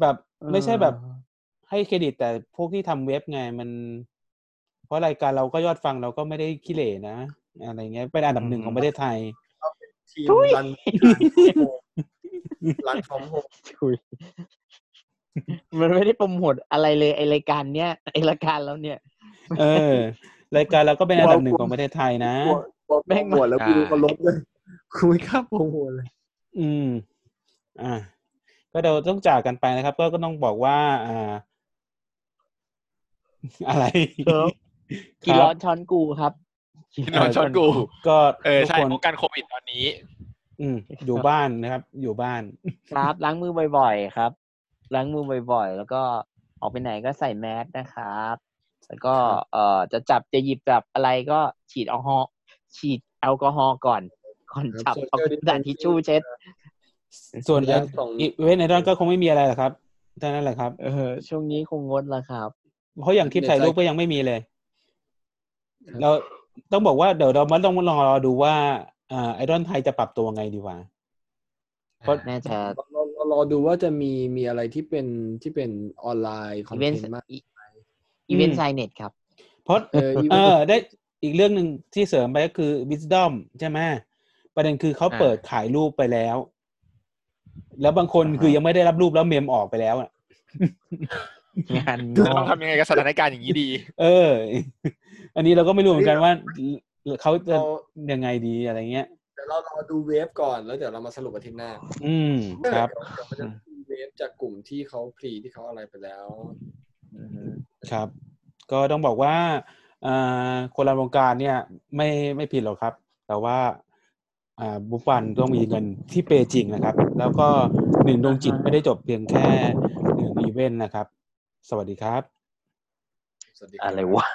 B: แบบไม่ใช่แบบ
G: เออ
B: ให้เครดิตแต่พวกที่ทำเว็บไงมัน เพราะรายการเราก็ยอดฟังเราก็ไม่ได้ขี้เหร่นะอะไรเงี้ยเป็นอันดับหนึ่งของประเทศไทย
A: ทีม
G: ทุย
A: รันรันของโฮม
G: คุยมันไม่ได้โปรโมทอะไรเลยไอรายการเนี้ยไอรายการแล้วเนี่ย
B: เอ อ รายการเราก็เป็นอันดับหนึ่งของประเทศไทยนะ
A: แม่งหมดแล้วกูก็ลบเลยกูไม่กล้าโปรโมทเลย
B: อืม อ่า ก็เราต้องจากกันไปนะครับ ก็ก็ต้องบอกว่า อ่า อะไร
G: ครับ
B: ค
G: กิน
B: รับ
G: ร้อนช้อนกูครับ
E: ที่นอนช้อนกู
B: ก็
E: เออ
B: ทุก
E: ใช่
B: คน
E: ป้องกันโควิดตอนนี้
B: อืม อยู่บ้านนะครับ อยู่บ้าน
G: ครับล้างมือบ่อยๆครับ ล้างมือบ่อยๆ แล้วก็ออกไปไหนก็ใส่แมสนะครับ แล้วก็เอ่อจะจับจะหยิบจับอะไรก็ฉีดแอลกอฮอล์ฉีดแอลกอฮอล์ก่อน ก่อนจับเอากระดาษทิชชู่เช็ด
B: ส่วน
A: แล้วส่ง
B: อีเวนต์ไอดอนก็คงไม่มีอะไรหรอกครับ เท่านั้นแหละครับ
G: เออ ช่วงนี้คงงดละครับ
B: เพราะอย่างคลิปถ่ายรูปก็ยังไม่มีเลย เราต้องบอกว่าเดี๋ยวเรามาต้องรอดูว่าอ่าไอดอนไทยจะปรับตัวไงดีกว่า เพราะ
G: น่าจะ
A: เราเราเรารอดูว่าจะมีมีอะไรที่เป็นที่เป็นออนไลน์คอน
G: อี
A: เท
G: เวน
A: น
G: ต์
A: ต์มาก
G: อีเวนต์ไซเน็ตครับ
B: เพราะ
A: เออ
B: เอ
A: event
B: อได้อีกเรื่องหนึ่งที่เสริมไปก็คือ wisdom ใช่ไหมประเด็นคือเขา
C: อ่า
B: เปิดขายรูปไปแล้ว แล้วบางคนคือยังไม่ได้รับรูปแล้วเมมออกไปแล้วอ่ะ
G: งานง
E: จะ
G: อ
E: ต้อก งทำยังไงกับสถานการณ์อย่างนี้ดี
B: เออ อันนี้เราก็ไม่รู้เหมือนกันว่าเขาจะ
A: เรา
B: ยังไงดีอะไรเงี้ย
A: เดี๋ยวเรารอดูเวฟก่อนแล้วเดี๋ยวเรามาสรุปอาทิตย์หน้า
B: อืมครับ
A: เดี๋ยวมันจะมีเวฟจากกลุ่มที่เขาพรีที่เขาอะไรไปแล้ว
B: ครับ ก็ต้องบอกว่าอ่าคนรันวงการเนี่ย ไม่ไม่ผิดหรอกครับ แต่ว่าอ่าบุฟฟันต้องมีเงินที่เปย์จริงนะครับ แล้วก็หนึ่งดวงจิตไม่ได้จบเพียงแค่หนึ่งอีเวนต์นะครับ สวัสดีครับ
A: สวัสดีคบ
G: อะไรวะ